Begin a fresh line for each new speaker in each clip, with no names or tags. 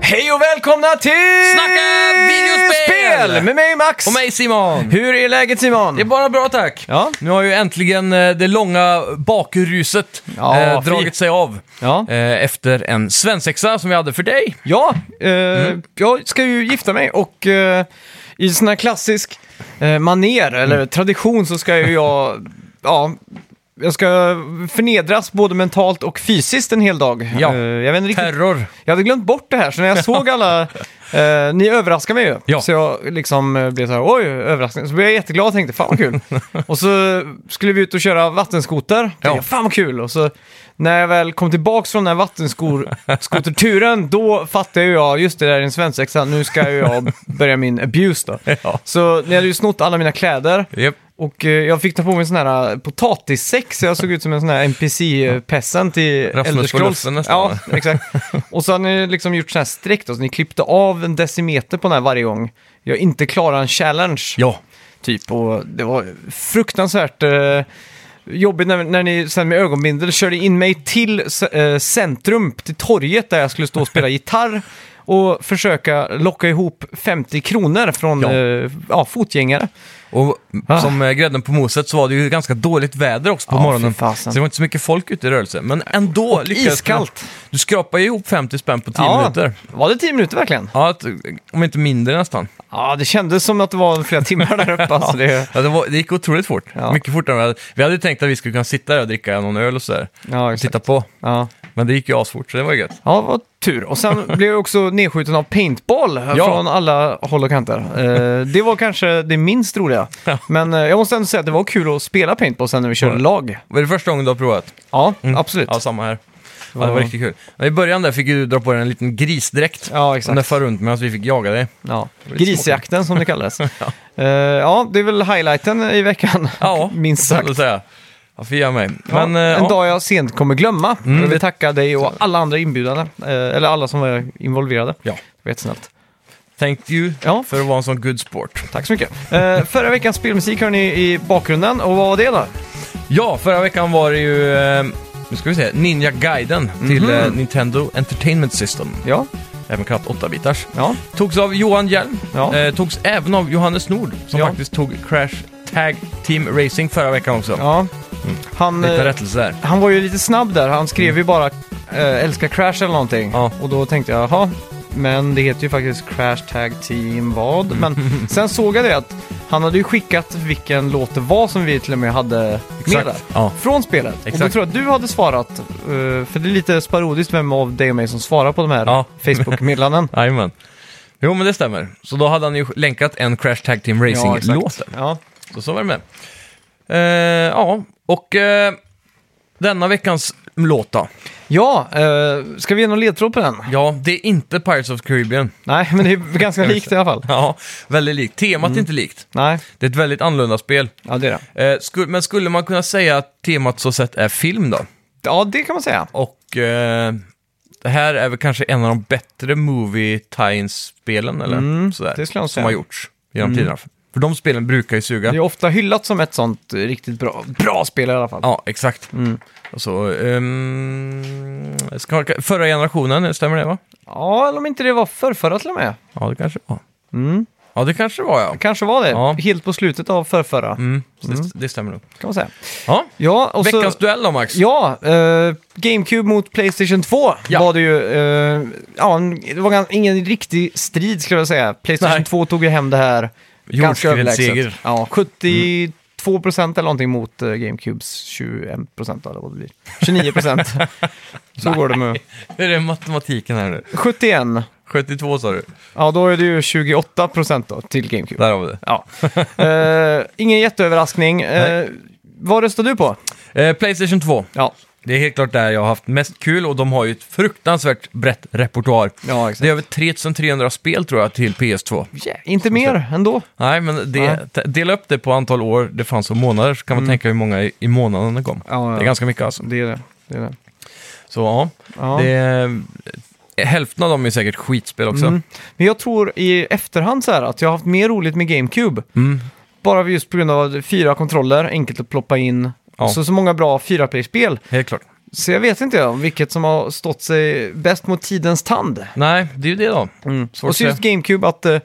Hej och välkomna till
Snacka videospel!
Spel Med mig Max!
Och mig Simon!
Hur är läget Simon?
Det är bara bra tack.
Ja.
Nu har ju äntligen eh, det långa bakruset
Ja,
eh,
fy.
dragit sig av.
Ja,
Eh, efter en svensexa som vi hade för dig.
ja eh,
Mm.
jag ska ju gifta mig och eh, i sån här klassisk eh, maner eller tradition så ska ju jag, ja, jag ska förnedras både mentalt och fysiskt en hel dag.
Ja.
Eh, jag, vet inte riktigt,
Terror.
jag hade glömt bort det här så när jag såg alla, eh, ni överraskade mig ju.
Ja.
Så jag liksom eh, blev så här, oj, överraskning. Så blev jag jätteglad och tänkte, fan vad kul. och så skulle vi ut och köra vattenskoter. Tänkte,
Ja.
Fan vad kul. Och så när jag väl kom tillbaks från den här vattenskoterturen, då fattade ju jag, just det där är en svensexa, nu ska ju jag börja min abuse då.
Ja.
Så ni hade ju snott alla mina kläder och eh, jag fick ta på mig en sån här eh, potatissäck så jag såg ut som en sån här NPC-peasant i
Rasmus
Elder
på
Scrolls.
luften
Ja,
nästan.
exakt. Och så hade ni liksom gjort sån här streck då, så ni klippte av en decimeter på den här varje gång. Jag inte klarar en challenge,
Ja.
typ. Och det var fruktansvärt eh, jobbigt när, när ni sen med ögonbindel körde in mig till c- eh, centrum, till torget där jag skulle stå och spela gitarr. Och försöka locka ihop 50 kronor från
Ja.
Eh, ja, fotgängare.
Och
Ah.
som eh, grädden på moset så var det ju ganska dåligt väder också på
Ja,
morgonen.
fy fasen.
Så det var inte så mycket folk ute i rörelse. Men ändå lyckades
iskallt.
man- Du skrapade ju ihop 50 spänn på 10 minuter.
Var det 10 minuter verkligen?
Ja, ett- om inte mindre nästan.
Ja, det kändes som att det var flera timmar där uppe. Alltså det...
Ja, det, var, det gick otroligt fort.
Ja.
Mycket fortare än vi hade. Vi hade ju tänkt att vi skulle kunna sitta där och dricka någon öl och sådär.
Ja,
Och
exakt.
titta på.
Ja.
Men det gick ju asfort, så det var ju gött.
ja, vad tur. Och sen blev jag också nedskjuten av paintball eh,
Ja.
från alla håll och kanter. Eh, det var kanske det minst roliga.
Ja.
Men eh, jag måste ändå säga att det var kul att spela paintball sen när vi körde
Ja.
lag.
Var det första gången du har provat?
Ja, absolut.
Ja, samma här. Ja, det var riktigt kul. Men I början där fick ju du dra på dig en liten grisdräkt.
Ja,
Som den
exakt.
far runt medan vi fick jaga dig.
Ja.
lite
Grisjakten som det kallades. ja. ja, det är väl highlighten i veckan.
Ja,
minst
så
sagt.
att säga. Ja, fia mig.
Ja,
Men, eh,
en
ja. Mm,
dag jag sent kommer glömma. jag vill
det-
tacka dig och alla andra inbjudande. eh, Eller alla som var involverade.
Ja.
Det var jättesnällt.
Thank you
Ja.
för att vara en sån good sport.
Tack så mycket. Eh, förra veckans spelmusik hör ni i bakgrunden. Och vad var det då?
Ja, förra veckan var det ju... Eh, nu ska vi se, Ninja Guiden
Mhm.
till eh, Nintendo Entertainment System.
Ja,
Även kallat 8-bitars.
ja,
Togs av Johan Hjelm.
Ja.
Eh, togs även av Johannes Nord, som
Ja.
faktiskt tog Crash Tag Team Racing förra veckan också.
ja. Han,
Lite
eh,
rättelse där.
han var ju lite snabb där. Han skrev ju bara eh, älskar Crash eller någonting.
Mm. Ja.
Och då tänkte jag, jaha. Men det heter ju faktiskt Crash Tag Team vad? Men sen såg jag det att han hade ju skickat vilken låt det var som vi till och med hade med där.
Ja.
Från spelet. Och då
Exakt.
tror jag att du hade svarat. eh, för det är lite sparodiskt vem av dig och mig som svarar på de här
Ja.
Facebook-meddelanden.
Jajamän. Jo, men det stämmer. Så då hade han ju länkat en Crash Tag Team Racing-låt. där.
Ja,
så så var det med. Eh, ja, och eh, denna veckans låt då?
ja eh, ska vi ge någon ledtråd på den?
Ja, det är inte Pirates of the Caribbean.
Nej, men det är ganska likt i alla fall.
Ja, väldigt likt. Temat är inte likt.
Nej,
Det är ett väldigt annorlunda spel.
ja det är det.
Eh, sku- men skulle man kunna säga att temat så sett är film då?
Ja, det kan man säga.
Och eh, det här är väl kanske en av de bättre movie tie spelen eller
Mm,
sådär,
det skulle jag
som
säga. Mm.
har gjorts genom tiderna. För de spelen brukar ju suga.
Det är ofta hyllat som ett sånt eh, riktigt bra, bra spel i alla fall.
Ja, exakt.
Mm.
Och så, ehm, ska, förra generationen, stämmer det va?
Ja, eller om inte det var förrförra till och med.
Ja, det kanske var.
Mm.
Ja, det kanske var ja.
Kanske var det,
Ja.
helt på slutet av förrförra,
Mm, så Det, det stämmer nog.
kan man säga.
Ja,
Ja, och så...
veckans duell då Max.
Ja, eh, GameCube mot Playstation 2
Ja.
var det ju. eh, ja, en- det var gan- ingen riktig strid skulle jag säga. Playstation
Nej.
2 tog ju hem det här ganska
Jordskredsseger.
överlägset. Ja, 72 procent eller någonting mot eh, GameCubes 21 procent eller vad det blir. 29 procent. Så går det med.
Hur är matematiken här nu?
71.
72 sa du.
Ja, då är det ju 28 procent då till GameCube.
Där har vi det.
Ja. Eh, ingen jätteöverraskning. Eh, vad röstar du på?
Eh, Playstation 2.
Ja,
Det är helt klart där jag har haft mest kul och de har ju ett fruktansvärt brett repertoar.
ja
Det är över 3300 spel tror jag till PS2.
Yeah, inte mer ändå.
Nej, men det,
Nej.
t- dela upp det på antal år det fanns och månader så kan man tänka hur många i, i månaden det kom.
Ja, Mm. ja.
Det är ganska mycket alltså.
Det är det. det, är det.
Så ja,
Ja.
det är, hälften av dem är säkert skitspel också.
Mm. Men jag tror i efterhand så här att jag har haft mer roligt med GameCube.
Mm.
Bara just på grund av fyra kontroller, enkelt att ploppa in.
Ja.
Och så, så många bra 4-play-spel.
Helt klart.
Så jag vet inte om vilket som har stått sig bäst mot tidens tand.
Nej, det är ju det då. Mm, Svårt
Och så
att
just GameCube att eh,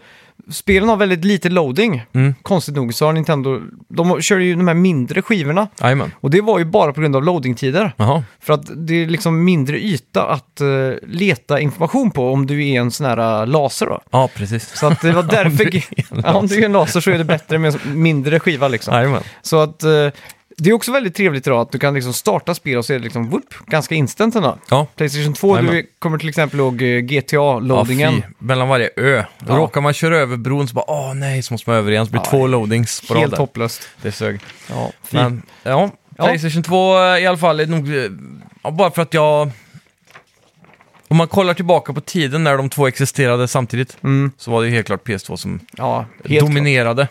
spelen har väldigt lite loading.
Mm.
Konstigt nog så har Nintendo, de körde ju de här mindre skivorna.
Jajamän.
Och det var ju bara på grund av loadingtider.
Jaha.
För att det är liksom mindre yta att eh, leta information på om du är en sån här eh, laser då.
Ja, precis.
Så att det var därför...
du är en
ja, om du är en laser så är det bättre med en mindre skiva liksom.
Jajamän.
Så att eh, det är också väldigt trevligt idag att du kan liksom starta spel och så är det liksom whoop, ganska instant ändå.
Ja.
Playstation 2,
Jajamän.
du kommer till exempel ihåg eh,
Ja, fy.
GTA-loadingen.
mellan varje ö. Då
Ja.
råkar man köra över bron så bara åh nej, så måste man över igen. Så blir det
Ja,
två loadings på
Helt
raden.
hopplöst.
Det sög.
Ja, fy.
Men, ja,
Ja.
Playstation 2 i alla fall är nog... eh, Ja, bara för att jag... Om man kollar tillbaka på tiden när de två existerade samtidigt
Mm,
så var det ju helt klart PS2 som
ja, helt klart.
dominerade.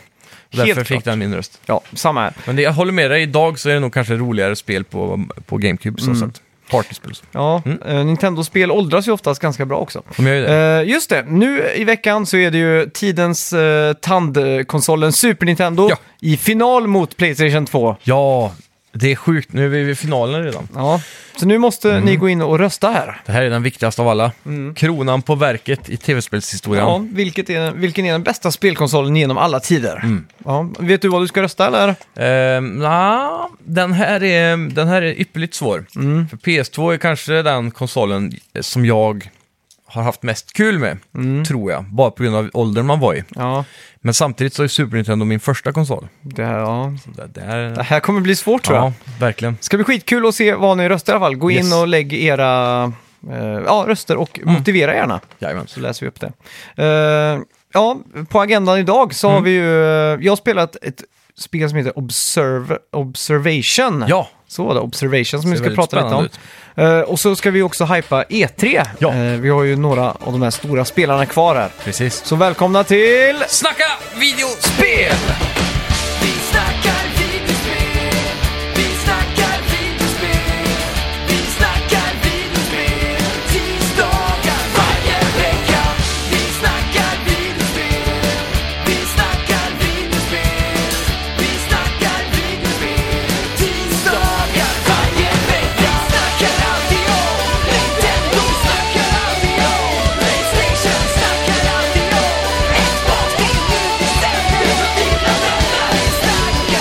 Och
Helt
därför fick
klart.
den min röst.
Ja, samma här.
Men det, jag håller med dig, idag så är det nog kanske roligare spel på, på GameCube
Mm.
så sagt. Partyspel. så.
Ja, eh, Nintendo-spel åldras ju oftast ganska bra också.
De gör ju det.
Eh, just det, nu i veckan så är det ju tidens eh, tandkonsolen Super Nintendo
Ja.
i final mot Playstation 2.
Ja, det är sjukt. Nu är vi vid finalen redan.
Ja, så nu måste ni gå in och rösta här.
Det här är den viktigaste av alla. Kronan på verket i tv-spelshistorien.
Mm. Ja, vilket är, vilken är den bästa spelkonsolen genom alla tider? Ja, vet du vad du ska rösta eller?
Ehm, nja, den, här är, den här är ypperligt svår.
Mm.
För PS2 är kanske den konsolen som jag har haft mest kul med,
Mm.
tror jag. Bara på grund av åldern man var i.
Ja,
Men samtidigt så är Super Nintendo min första konsol.
det här, ja.
Det, det är,
Det här kommer bli svårt tror jag.
ja, verkligen.
Ska bli skitkul att se vad ni röstar i alla fall. Gå
Yes.
in och lägg era eh, ja, röster och motivera gärna.
Jajamän.
så läser vi upp det. Eh, ja, på agendan idag så
Mm.
har vi ju... eh, jag har spelat ett spel som heter Observe, Observation.
Ja,
Så var det, Observation som vi
ser
ska
väldigt
prata lite om.
spännande
Eh, och så ska vi också hypa E3.
Ja.
Eh, vi har ju några av de här stora spelarna kvar här.
precis.
Så välkomna till...
Snacka videospel!
Vi snackar videospel, vi snackar videospel, vi snackar videospel, tisdagar varje vecka. Vi snackar videospel, vi snackar videospel, vi snackar videospel, tisdagar varje vecka. Snackar alltid om Nintendo, snackar alltid om Playstation, snackar alltid om Xbox, det är nu vi sätter oss i varandra. Vi snackar video.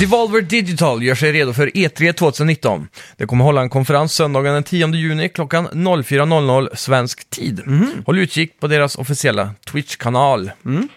Devolver Digital gör sig redo för E E3 2019. Det kommer hålla en konferens söndagen den 10 juni klockan 04.00 svensk tid.
Mhm.
Håll utkik på deras officiella Twitch-kanal.
Mm.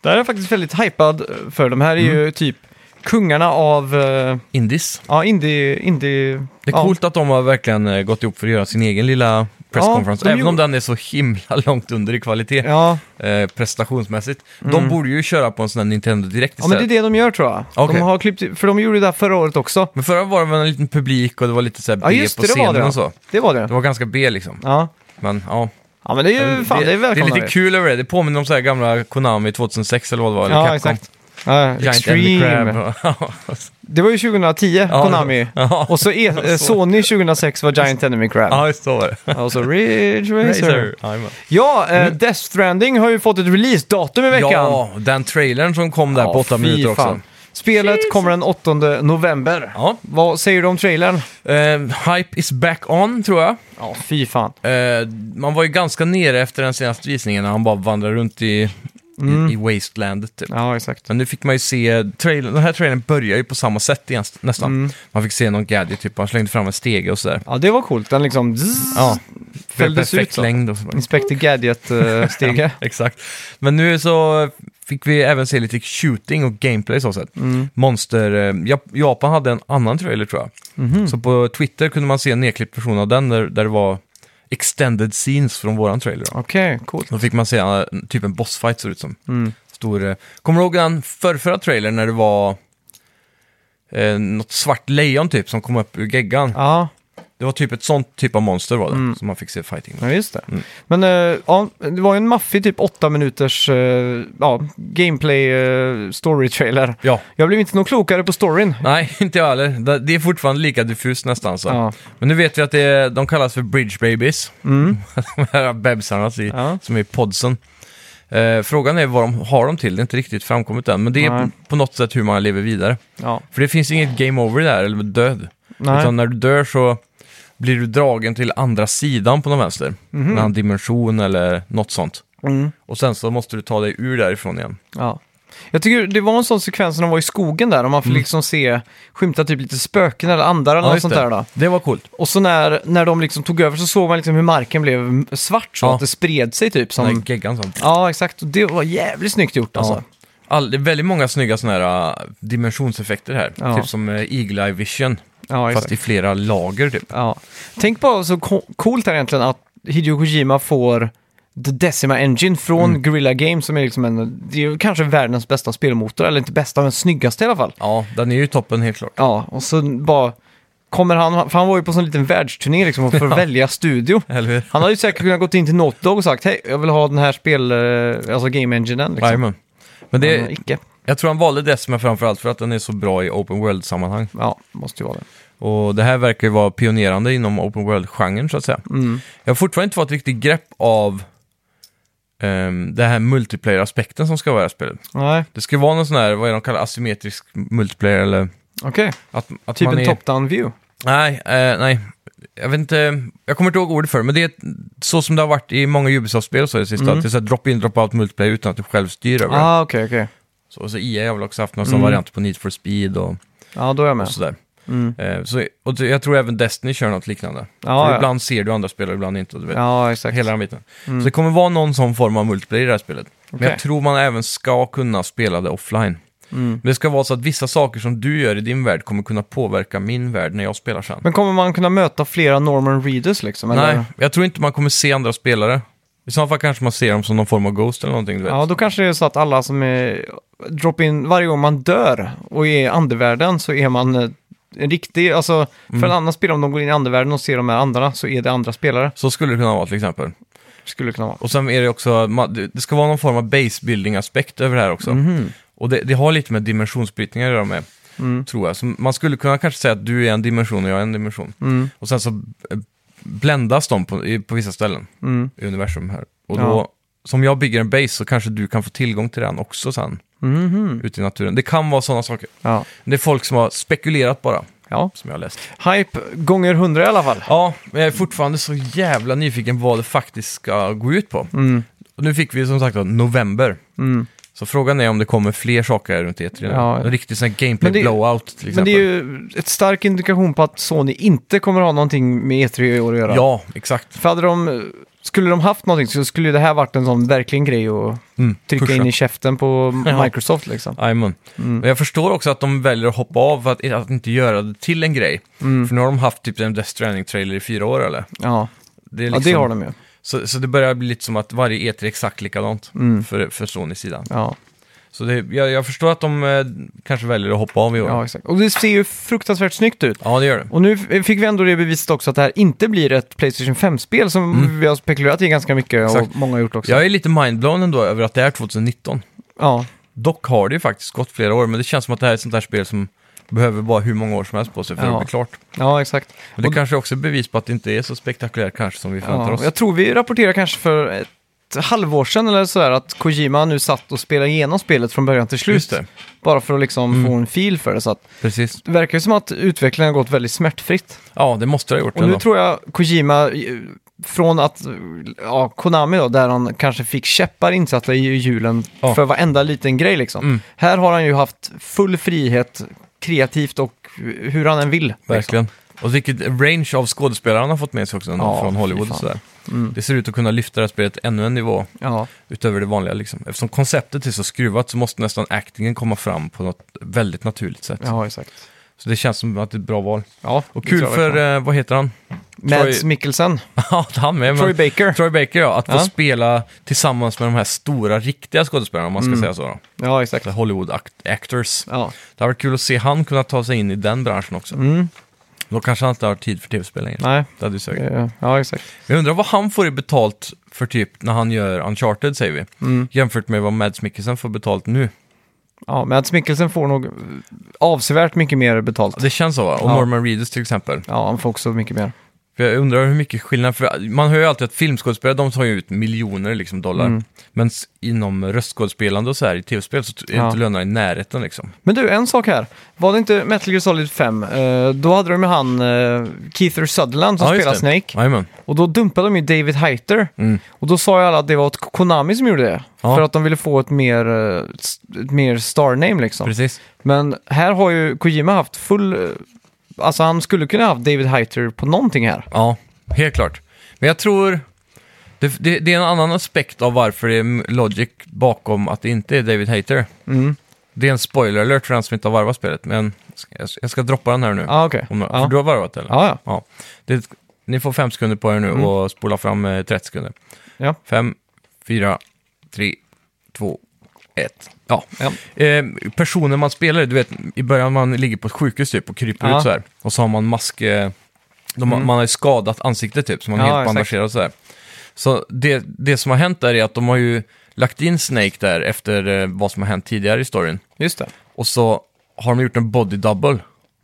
Det här är jag faktiskt väldigt hypad eh, för. De här är ju
Mm.
typ kungarna av... eh,
Indis.
ja, indie... indie
Det är
ja.
coolt att de har verkligen eh, gått ihop för att göra sin egen lilla presskonferens.
Ja, de
Även om
gjorde-
den är så himla långt under i kvalitet
Ja, Mm.
eh, prestationsmässigt. De borde ju köra på en sån här Nintendo Direkt
ja,
istället.
men det är det de gör tror jag.
Okej.
De har klippt, för de gjorde det här förra året också.
Men förra var det väl en liten publik och det var lite så här B
Ja, just
på
det, det var
scenen
det. ja.
och så.
Det var det.
Det var ganska B liksom.
Ja.
Men ja.
ja, men det är ju fan, det, är
det är
välkomna
lite
vi.
kul över det. Det påminner om så här gamla Konami 2006 eller vad det var. Eller
Ja,
Capcom.
exakt. Ja,
Giant Enemy
Extreme.
Crab. Ja,
Det var ju 2010,
Ja,
Konami.
det var- ja.
Och så e- eh, Sony 2006 var Giant Enemy Crab.
ja, just så var det.
Och så Ridge
Razer.
Racer.
Jajamän.
Ja, eh, Death Stranding har ju fått ett release-datum i veckan.
Ja, den trailern som kom där på åtta
fy
minuter också.
fan. Spelet kommer den 8 november.
Ja.
Vad säger du om trailern?
Eh, hype is back on, tror jag.
Ja, fy fan.
Eh, man var ju ganska nere efter den senaste visningen när han bara vandrade runt i,
Mm.
i, i Wastelandet. Typ.
Ja, exakt.
Men nu fick man ju se, trailern, den här trailern börjar ju på samma sätt igen, nästan.
Mm.
Man fick se någon gadget, typ han slängde fram en stege och sådär.
Ja, det var coolt. Den liksom zzz,
Ja,
fälldes ut
perfekt
så.
längd och så.
Inspector Gadget-stege.
Exakt. Men nu så fick vi även se lite shooting och gameplay så sett. Monster, eh, Jap- Japan hade en annan trailer tror jag. Så på Twitter kunde man se en nedklippt version av den där, där det var extended scenes från våran trailer. Då,
Okej, coolt.
då fick man se eh, typ en bossfight ser det ut som. Stor, eh, kommer du ihåg den förrförra trailern när det var eh, något svart lejon typ som kom upp ur geggan?
Ja,
Det var typ ett sånt typ av monster var det, som man fick se fighting med.
Ja, just det. Men eh, ja, det var ju en maffig typ åtta minuters eh, ja, gameplay eh, story-trailer.
Ja,
Jag blev inte nog klokare på storyn.
Nej, inte jag heller. Det- Det är fortfarande lika diffust nästan. Så.
Ja.
Men nu vet vi att det är, de kallas för bridge babies. De här bebisarna i-
Mm. Ja.
som är i podsen. Eh, frågan är vad de har dem till, det är inte riktigt framkommit än. Men det är
Nej.
på, på något sätt hur man lever vidare.
Ja.
För det finns inget game over där, eller död.
Nej.
Utan när du dör så blir du dragen till andra sidan på någon vänster.
Mhm.
En annan dimension eller något sånt.
Mm.
Och sen så måste du ta dig ur därifrån igen.
Ja. Jag tycker det var en sån sekvens när de var i skogen där, och man får liksom se, skymta typ lite spöken eller andar eller något
just
sånt
det.
där då.
Det var coolt.
Och så när, när de liksom tog över så såg man liksom hur marken blev svart så
Ja.
att det spred sig typ som...
Den där geggan sånt.
Ja, exakt. Och det var jävligt snyggt gjort alltså.
Alltså. All, det är väldigt många snygga sådana här äh, dimensionseffekter här.
Ja.
Typ som eh, Eagle Eye Vision,
Ja, exakt.
fast i flera lager typ.
Ja. Tänk bara så co- coolt här egentligen att Hideo Kojima får The Decima Engine från
Mm.
Guerrilla Games som är liksom en, det är ju kanske världens bästa spelmotor, eller inte bästa men snyggaste i alla fall.
Ja, den är ju toppen helt klart.
Ja, och så bara kommer han, för han var ju på sån liten världsturné liksom och får välja studio.
Eller hur?
Han hade ju säkert kunnat gå in till Naughty Dog och sagt hej, jag vill ha den här spel, eh, alltså Game Enginen liksom.
Jajamän. Men
Men, eh,
det,
icke.
jag tror han valde Decima framförallt för att den är så bra i Open World-sammanhang.
Ja, måste ju vara det.
Och det här verkar ju vara pionerande inom Open World-genren så att säga.
Mm.
Jag har fortfarande inte fått riktigt grepp av um, det här multiplayer-aspekten som ska vara i det här spelet.
Nej,
Det ska vara någon sån här, vad är de kallar, asymmetrisk multiplayer eller...
okej.
Att, att
Typ
man
en
är...
top-down view.
Nej, eh, nej. Jag vet inte, jag kommer inte ihåg ordet för det, men det är så som det har varit i många Ubisoft-spel och så i det sista.
Mm.
Att det är så här drop-in, drop-out multiplayer utan att du själv styr över det.
Ah, okej, okej.
Så, så EA har väl också haft någon sån variant på Need for Speed och,
Mm. Ja, då är jag med. Mm.
och sådär. Eh, så, och det- jag tror även Destiny kör något liknande.
Ja,
för
ja.
ibland ser du andra spelare, ibland inte. och Du vet.
Ja, exakt. Mm.
Hela den biten. Så det kommer vara någon sån form av multiplayer i det här spelet. Men
Okej.
jag tror man även ska kunna spela det offline.
Mm.
Men det ska vara så att vissa saker som du gör i din värld kommer kunna påverka min värld när jag spelar sen.
Men kommer man kunna möta flera Norman Reedus liksom? Eller?
Nej, jag tror inte man kommer se andra spelare. I så fall kanske man ser dem som någon form av ghost eller någonting, du vet.
Ja, då kanske det är så att alla som är drop-in, varje gång man dör och är i andevärlden så är man eh, en riktig, alltså för
Mm.
en annan spelare om de går in i andevärlden och ser de här andra så är det andra spelare.
Så skulle det kunna vara till exempel.
Skulle det kunna vara.
Och sen är det också, ma- det det ska vara någon form av base building-aspekt över det här också.
Mhm.
Och det, det har lite med dimensionsbrytningar att göra med,
Mm.
tror jag. Så man skulle kunna kanske säga att du är en dimension och jag är en dimension.
Mm.
Och sen så eh, bländas de på, i- på vissa ställen
Mm.
i universum här. Och då,
Ja.
som jag bygger en base så kanske du kan få tillgång till den också sen,
Mhm.
ute i naturen. Det kan vara sådana saker.
Ja.
Det är folk som har spekulerat bara,
ja.
som jag har läst.
Hype gånger 100 i alla fall.
Ja, men jag är fortfarande så jävla nyfiken på vad det faktiskt ska gå ut på.
Mm.
Och nu fick vi som sagt då, november. Så frågan är om det kommer fler saker runt E3.
Ja.
Ja. En riktig sån här gameplay
Men det-
blowout till exempel.
Men det är ju ett stark indikation på att Sony inte kommer ha någonting med E3 i år att göra.
Ja, exakt.
För hade de, skulle de haft någonting så skulle det här varit en sån verkligen grej att
Mm,
trycka
pusha.
in i käften på
Ja.
Microsoft liksom.
Jajamän. Men jag förstår också att de väljer att hoppa av för att, att inte göra det till en grej.
Mm.
För nu har de haft typ en Death Stranding-trailer i fyra år eller?
Ja.
Det är liksom-
ja, det har de ju.
Så, så det börjar bli lite som att varje E3 är exakt likadant
Mm.
för, för Sonys sida.
Ja.
Så det, jag, jag förstår att de eh, kanske väljer att hoppa av i år.
ja,
Ja,
exakt. Och det ser ju fruktansvärt snyggt ut.
det gör det.
Och nu f- fick vi ändå det beviset också att det här inte blir ett Playstation 5-spel som vi har spekulerat i ganska mycket och
Mm. Exakt.
många har gjort också.
Jag är lite mindblown ändå över att det är 2019.
Ja,
Dock har det ju faktiskt gått flera år, men det känns som att det här är ett sånt här spel som behöver bara hur många år som helst på sig för
Ja.
att bli klart.
ja exakt.
Men det
Och-
kanske också är bevis på att det inte är så spektakulärt kanske som vi förväntar
Ja,
oss.
jag tror vi rapporterade kanske för ett halvår sedan eller sådär att Kojima nu satt och spelade igenom spelet från början till
Just
slut.
det, Mm.
Bara för att liksom få en fil för det. Så att
precis.
det verkar ju som att utvecklingen har gått väldigt smärtfritt.
Ja, det måste det ha gjort
Och nu
ändå.
tror jag Kojima, eh, från att, eh, ja, Konami då, där han kanske fick käppar insatta i hjulen
Ja.
för varenda liten grej liksom.
Mm.
Här har han ju haft full frihet kreativt och hur han än vill. Liksom.
Verkligen. Och vilket range av skådespelare han har fått med sig också ändå
Ja,
från Hollywood
fy fan.
och sådär.
Mm.
Det ser ut att kunna lyfta det här spelet ännu en nivå
Ja,
utöver det vanliga liksom. Eftersom konceptet är så skruvat så måste nästan actingen komma fram på något väldigt naturligt sätt.
ja exakt.
Så det känns som att det är ett bra val.
Ja,
Och kul för, eh, vad heter han?
Mads
Troy-
Mikkelsen,
Ja, han med. men-
Troy Baker.
Troy Baker, ja. Att få
Ja.
spela tillsammans med de här stora, riktiga skådespelarna, om man ska säga så. Då.
Ja, Mm. exakt.
Så här Hollywood act- actors.
Ja.
Det har varit kul att se han kunna ta sig in i den branschen också.
Mm.
Då kanske han inte har tid för tv-spel längre.
Nej,
Det hade ju sökt.
eh, ja exakt.
Jag undrar vad han får i betalt för typ när han gör Uncharted, säger vi.
Mm.
Jämfört med vad Mads Mikkelsen får betalt nu.
Ja, Mads Mikkelsen får nog eh, avsevärt mycket mer betalt.
Det känns så, va? Och
Ja.
Norman Reedus till exempel.
Ja, han får också mycket mer.
För jag undrar hur mycket skillnad, för man hör ju alltid att filmskådespelare, de tar ju ut miljoner liksom, dollar.
Mm.
Men s- inom röstskådespelande och så här i tv-spel så t- är
Ja.
inte lönerna i närheten liksom.
Men du, en sak här. Var det inte Metal Gear Solid 5? eh, då hade de ju han eh, Keith Sutherland som
Ja, just
spelar
det.
Snake.
Jajamän.
Och då dumpade de ju David Hayter.
Mm.
Och då sa ju alla att det var ett Konami som gjorde det.
Ja.
För att de ville få ett mer, eh, s- ett mer star-name liksom.
Precis.
Men här har ju Kojima haft full... eh, Alltså han skulle kunna haft David Hayter på någonting här.
Ja, helt klart. Men jag tror... Det, det, det är en annan aspekt av varför det är Logic bakom att det inte är David Hayter.
Mm.
Det är en spoiler alert för den som inte har varvat spelet, men jag, jag ska droppa den här nu.
Ja, Ah, okej.
Om, några-
Ja.
För du har varvat eller?
Ja, Mm. ja.
Det, ni får fem sekunder på er nu och spola fram eh, 30 sekunder.
Ja.
Fem, fyra, tre, två, ett. Ja.
Ja.
Eh, personen man spelar, du vet, i början man ligger på ett sjukhus typ och
Ja.
kryper
Mm.
ut så här. Och så har man mask, eh, de, har- man har ju skadat ansiktet typ, så man är
Ja,
helt
exakt.
bandagerad och så här. Så det, det som har hänt där är att de har ju lagt in Snake där efter eh, vad som har hänt tidigare i storyn.
Just det.
Och så har de gjort en body double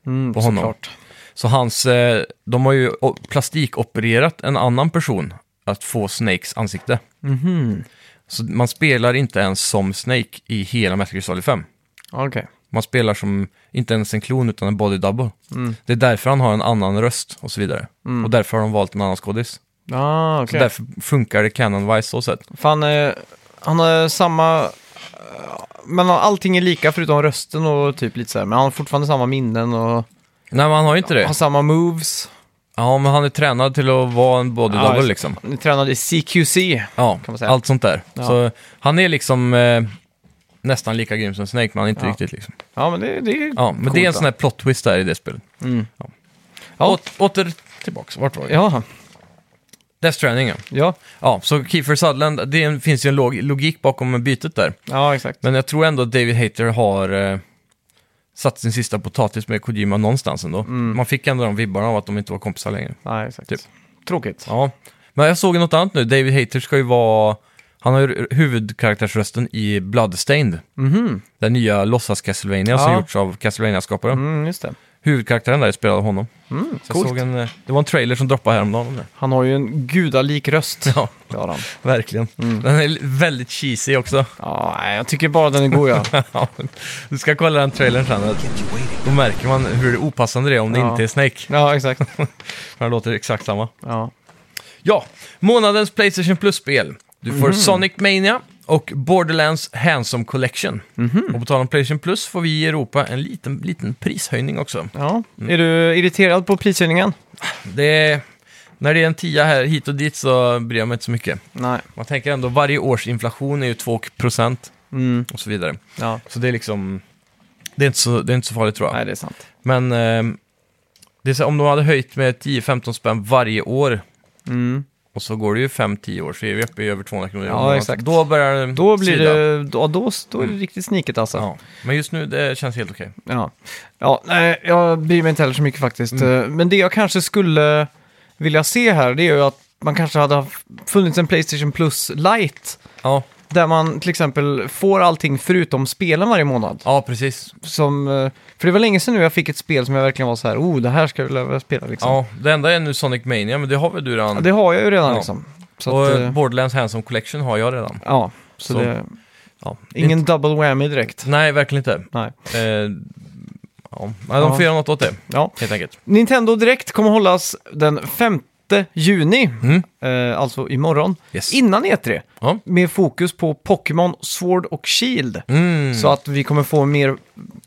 Mm,
på honom.
såklart.
Så hans, eh, de har ju o- plastikopererat en annan person att få Snakes ansikte.
Mhm.
Så man spelar inte ens som Snake i hela Metal Gear Solid 5.
Okej.
Man spelar som, inte ens en klon utan en body double.
Mm.
Det är därför han har en annan röst och så vidare. Och därför har de valt en annan skådis.
Ah,
Så
Mm. okej.
därför funkar det canon-wise så sett.
Fan, eh, han har samma... eh, Men allting är lika förutom rösten och typ lite så här. Men han har fortfarande samma minnen och
Nej men han har ju inte det.
har samma moves.
Ja men han är tränad till att vara en body
Ja,
double
just-
liksom.
Ni tränade i CQC.
Ja,
man säga.
allt sånt där.
Ja.
Så han är liksom eh, nästan lika grym som Snake men han är inte
Ja.
riktigt liksom.
Ja, men det, det är
Ja, men
coolt,
det är en
va?
sån här plot twist där i det spelet.
Mm.
Ja.
Ja.
Åt, åter tillbaks, vart var jag?
Ja,
Death Stranding, ja.
ja,
ja. Så Kiefer Sutherland, det är en- finns ju en log- logik bakom bytet där.
ja exakt.
Men jag tror ändå att David Hayter har eh, satt sin sista potatis med Kojima någonstans ändå.
Mm.
Man fick ändå de vibbarna av att de inte var kompisar längre.
Nej, exakt.
Typ.
Tråkigt.
Ja, men jag såg något annat nu. David Hayter ska ju vara... Han har ju huvudkaraktärsrösten i Bloodstained.
Mhm.
Den nya låtsas Castlevania som
Ja.
gjorts av Castlevania-skaparen.
Mm, just det.
Huvudkaraktären där spelade honom.
Mm,
Så jag
coolt.
såg en, eh, det var en trailer som droppade häromdagen. om det.
Han har ju en gudalik röst.
Ja,
det har han.
verkligen.
Mm.
Den är väldigt cheesy också.
Ja, nej, jag tycker bara den är god, ja.
Ja, du ska kolla den trailern sen. Då märker man hur opassande det är om det
Ja.
inte är Snake.
ja, exakt.
För han låter exakt samma.
Ja.
Ja, månadens Playstation Plus-spel. Du
Mhm.
får Sonic Mania och Borderlands Handsome Collection.
Mhm.
Och på tal om Playstation Plus får vi i Europa en liten, liten prishöjning också.
Ja.
Mm.
Är du irriterad på prishöjningen?
Det är, när det är en tia här hit och dit så bryr jag mig inte så mycket.
Nej.
Man tänker ändå varje års inflation är ju 2%
Mm.
och så vidare.
Ja.
Så det är liksom... Det är inte så, det är inte så farligt tror jag.
Nej, det är sant.
Men ehm, det är så, om de hade höjt med 10-15 spänn varje år
Mm.
och så går det ju 5-10 år så är vi uppe i över 200 kronor. i
Ja,
månaden.
exakt.
Då börjar det
Då blir
svida.
det, då, då, då är det riktigt sniket alltså. Ja.
Ja. Men just nu, det känns helt okej.
Ja. nej, jag bryr mig inte heller så mycket faktiskt. Eh, Men det jag kanske skulle vilja se här, det är ju att man kanske hade haft- funnits en Playstation Plus Lite.
Ja.
Där man till exempel får allting förutom spelen varje månad.
ja, precis.
Som, eh, för det var länge sedan nu jag fick ett spel som jag verkligen var så här, oh, det här ska jag vilja spela liksom. Ja.
Ja, det enda är nu Sonic Mania, men det har väl du redan?
det har jag ju redan
Ja.
liksom. Så
och
att,
eh,
eh,
Borderlands Handsome Collection har jag redan.
ja, så,
så-
det,
Ja.
ingen
Inte,
double whammy direkt.
nej, verkligen inte.
Nej.
Eh, ja. Nej, de
Ja.
får göra något åt det,
Ja.
helt enkelt.
Nintendo Direkt kommer hållas den 5 juni,
Mm.
eh, alltså imorgon,
Yes.
innan E3.
Ja.
Med fokus på Pokémon, Sword och Shield.
Mm.
Så att vi kommer få mer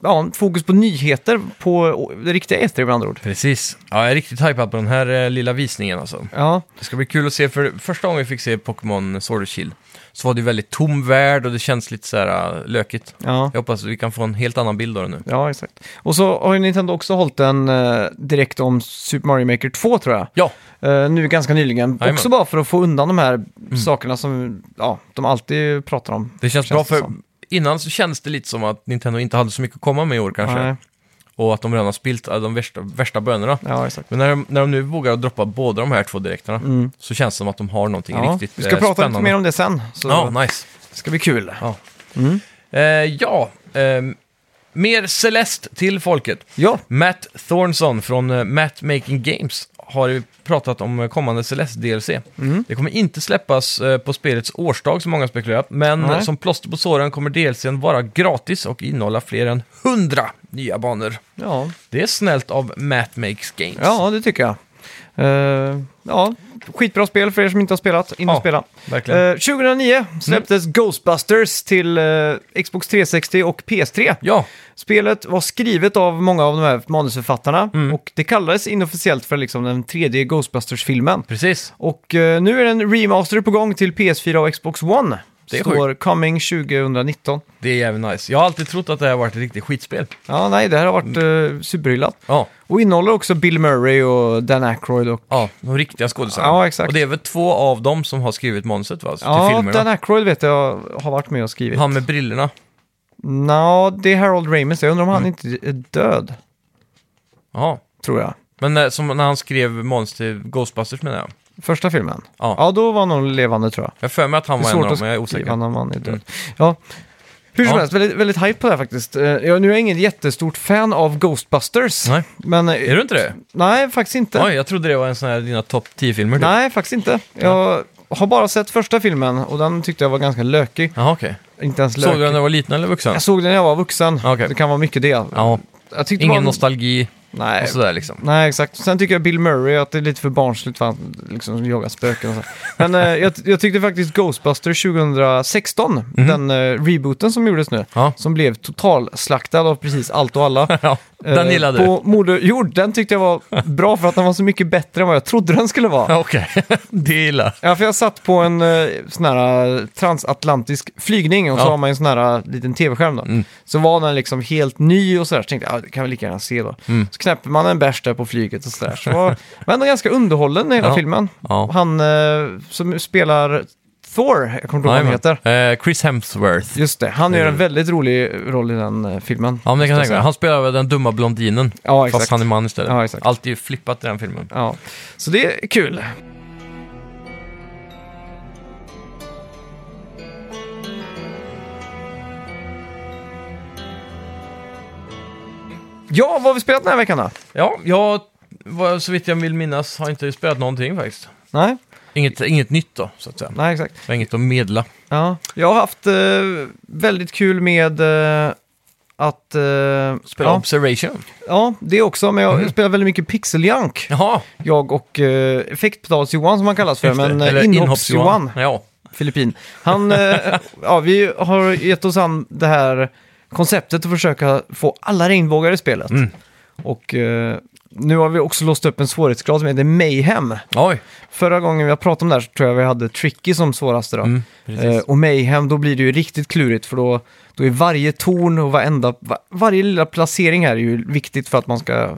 ja, fokus på nyheter på å- det riktiga E3 med andra ord.
Precis. Ja, jag är riktigt hypad på den här eh, lilla visningen alltså.
Ja,
Det ska bli kul att se, för första gången vi fick se Pokémon Sword och Shield så var det ju väldigt tom värld och det känns lite så här äh, lökigt.
ja.
Jag hoppas att vi kan få en helt annan bild av det nu.
Ja, exakt. Och så har ju Nintendo också hållit en eh, direkt om Super Mario Maker 2 tror jag.
Ja,
Eh, nu ganska nyligen.
Jajamän. Mm.
Också bara för att få undan de här sakerna som ja, de alltid pratar om.
det känns,
Känns
bra
det
för
som.
innan så kändes det lite som att Nintendo inte hade så mycket att komma med i år kanske.
Nej,
Och att de redan har spilt äh, de värsta, värsta bönorna.
ja, exakt.
Men när de, när de nu vågar droppa båda de här två direkterna
Mm.
så känns det som att de har någonting
Ja,
riktigt
vi ska
eh,
prata
spännande.
lite mer om det sen, så
Ja, nice.
det ska bli kul.
Ja. Eh, ja, ehm, mer Celeste till folket.
Ja,
Matt Thornson från eh, Matt Making Games har pratat om eh, kommande Celeste-DLC.
Mm.
Det kommer inte släppas eh, på spelets årsdag som många spekulerat, men
Nej.
som plåster på såren kommer DLCn vara gratis och innehålla fler än 100 nya banor.
Ja,
Det är snällt av Matt Makes Games.
ja det tycker jag. Eh, ja, skitbra spel för er som inte har spelat. In och
Ja,
spela.
verkligen.
Eh, 2009 släpptes Ghostbusters till eh, Xbox 360 och PS3.
Ja,
Spelet var skrivet av många av de här manusförfattarna och det kallades inofficiellt för liksom den tredje Ghostbusters-filmen.
precis.
Och eh, nu är en remaster på gång till PS4 och Xbox One.
Det är
Står coming 2019.
Det är jävligt nice. Jag har alltid trott att det här varit ett riktigt skitspel.
Ja, nej, det här har varit eh, superhyllat.
Ja,
Och innehåller också Bill Murray och Dan Aykroyd och...
ja de riktiga skådespelarna.
Ja, exakt.
Och det är väl två av dem som har skrivit manuset va? Alltså, Till
Ja,
filmerna.
Dan Aykroyd vet jag har varit med och skrivit.
Han med brillorna.
Nå, det är Harold Ramis. Jag undrar om han
Mm.
inte är död,
Ja.
tror jag.
Men eh, som när han skrev manus till Ghostbusters menar jag.
Första filmen.
Ja.
ja då var han nog levande tror jag.
Jag har för mig att han
Det
var
är
en
svårt
av dem,
att
men jag är
skriva
osäker. Mm.
när man är död. Ja. Hur som
Ja.
helst, väldigt, väldigt hype på det här faktiskt. Eh, Jag, nu är jag ingen jättestort fan av Ghostbusters.
Nej.
Men, eh,
Är du inte det?
Nej, faktiskt inte.
Oj, jag trodde det var en sån här dina topp 10-filmer typ.
Nej, faktiskt inte. Jag har bara sett första filmen och den tyckte jag var ganska lökig.
Jaha, okej.
Inte ens lökig.
Såg du den när du var liten eller vuxen?
Jag såg den när jag var vuxen.
Okej.
Det kan vara mycket det.
Ja,
Jag tyckte
ingen
bara-
nostalgi
Nej,
och sådär liksom.
Nej, exakt. Sen tycker jag Bill Murray att det är lite för barnsligt för han liksom jagar spöken och så. Men eh, jag, jag tyckte faktiskt Ghostbusters 2016, den eh, rebooten som gjordes nu,
Mhm. Ja.
som blev totalslaktad av precis allt och alla.
Ja, den
Eh,
gillade du?
på Moder, jo, den tyckte jag var bra för att den var så mycket bättre än vad jag trodde den skulle vara.
Ja, Okej, det gillar jag.
Ja, för jag satt på en eh, sån här eh, transatlantisk flygning och så
Ja. Mm.
har man ju en sån här eh, liten tv-skärm då. Så var den liksom helt ny och sådär, så tänkte jag, ah, det kan vi lika gärna se då.
Mm.
Så knäpper man en bärs där på flyget och sådär. Så var var ändå ganska underhållen i hela
Ja.
filmen.
Ja.
Han eh, som spelar Thor, jag kommer inte ihåg vad han
Jajamän.
heter.
Eh, Chris Hemsworth.
Just det, han gör en väldigt rolig roll i den eh, filmen.
Eh. Ja, men det kan jag tänka mig.
säga.
Han spelar väl den dumma blondinen.
Ja, exakt.
Fast han är man istället.
Ja, exakt.
Allt är ju flippat i den filmen.
Ja, så det är kul. Ja, vad har vi spelat den här veckan då?
Ja, jag, vad, så vitt jag vill minnas, har inte spelat någonting faktiskt.
Nej,
Inget, inget nytt då, så att säga.
nej exakt.
Jag har inget att medla.
Ja, jag har haft eh, väldigt kul med eh, att... Eh,
Spela
ja,
Observation.
ja, det också, men jag spelar väldigt mycket Pixeljunk.
Jaha!
Jag och eh, Effektpedals-Johan som han kallas för, men eh, Inhopps-Johan.
Ja.
Filippin. Han, eh, ja, vi har gett oss an det här konceptet att försöka få alla regnbågar i spelet.
Mm.
Och eh, nu har vi också låst upp en svårighetsgrad som heter Mayhem.
Oj.
Förra gången vi har pratat om det här så tror jag vi hade Tricky som svåraste då.
Mm, precis.
Eh, och Mayhem, då blir det ju riktigt klurigt för då, då är varje torn och varenda, va- varje lilla placering här är ju viktigt för att man ska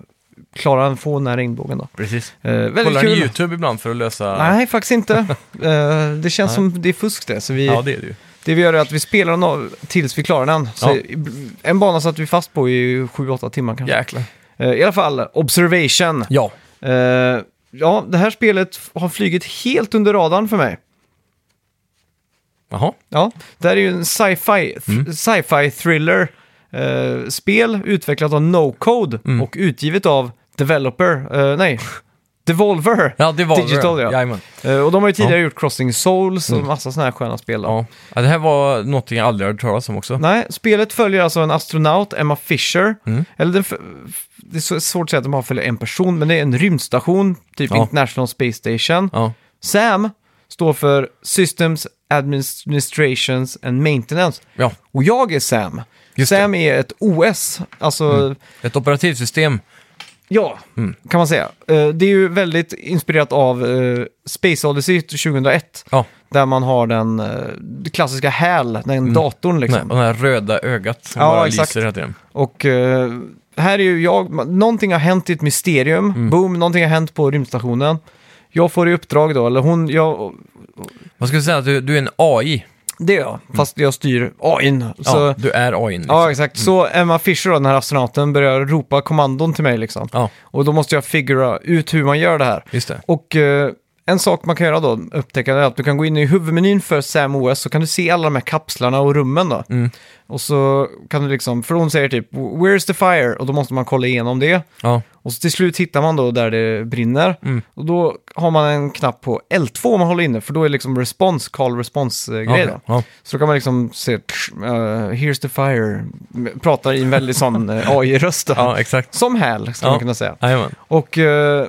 klara att få den här regnbågen då.
Precis.
Eh, väldigt
Kollar ni
kul.
YouTube ibland för att lösa...
Nej, faktiskt inte. Eh, det känns som det är fusk det, så vi,
Ja, det är det ju.
det vi gör är att vi spelar den av- tills vi klarar den. Så
Ja.
i- En bana satt vi fast på i 7-8 timmar kanske.
Jäklar.
Eh, I alla fall, Observation.
Ja.
Eh, ja, det här spelet f- har flugit helt under radarn för mig.
Jaha.
Ja, det här är ju en sci-fi, th- sci-fi thriller. eh, spel utvecklat av No Code och utgivet av Developer, eh, nej, Devolver.
Ja, det var
Digital,
det.
ja.
Jajamän.
Eh, och de har ju tidigare gjort Crossing Souls och massa sådana här sköna spel. då.
Ja. ja. Det här var någonting jag aldrig hört talas om också.
Nej, spelet följer alltså en astronaut, Emma Fisher.
Mm.
Eller den, f- f- det är så svårt att säga att de bara följer en person, men det är en rymdstation, typ
Ja.
International Space Station.
Ja.
SAM står för Systems Administrations and Maintenance.
ja.
Och jag är SAM.
Just Mm.
SAM är ett OS, alltså,
Ett operativsystem.
ja,
Mm.
kan man säga. Eh, det är ju väldigt inspirerat av eh, Space Odyssey 2001.
Ja.
Där man har den eh, klassiska HAL, den datorn liksom.
Mm. Nej, och det här röda ögat som
Ja,
bara
exakt.
lyser hela tiden.
Och eh, här är ju jag, man- någonting har hänt i ett mysterium,
Mm.
boom, någonting har hänt på rymdstationen. Jag får i uppdrag då, eller hon, jag,
Man skulle säga att du, du är en AI.
det är jag, fast jag styr AIn. Så,
Mm. Ja,
ja,
du är AI. Liksom.
exakt. Så Emma Fisher då, den här astronauten, börjar ropa kommandon till mig liksom.
Ja,
Och då måste jag figura ut hur man gör det här.
just det.
Och eh, en sak man kan göra då, upptäcka, är att du kan gå in i huvudmenyn för Sam OS så kan du se alla de här kapslarna och rummen då.
Mm.
Och så kan du liksom, för hon säger typ “Where's the fire?” och då måste man kolla igenom det.
Ja.
Och så till slut hittar man då där det brinner.
Mm.
Och då har man en knapp på L2 om man håller inne, för då är det liksom response, call response-grej
Okej,
då.
ja.
Så då kan man liksom se tsch, eh, “Here's the fire”, pratar i en väldigt sån AI-röst då.
ja, exakt.
Som HAL, skulle
Ja.
man kunna säga.
Jajamän.
Och eh,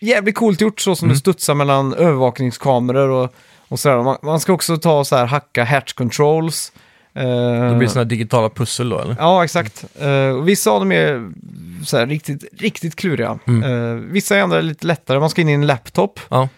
jävligt coolt gjort så
Mm.
som det studsar mellan övervakningskameror och, och sådär. Man, man ska också ta och så här, hacka hatch controls. Eh,
Det blir sådana digitala pussel då, eller?
Ja, exakt. Eh, och vissa av dem är så här, riktigt, riktigt kluriga. Eh, vissa är andra lite lättare. Man ska in i en laptop.
Mm. Ja.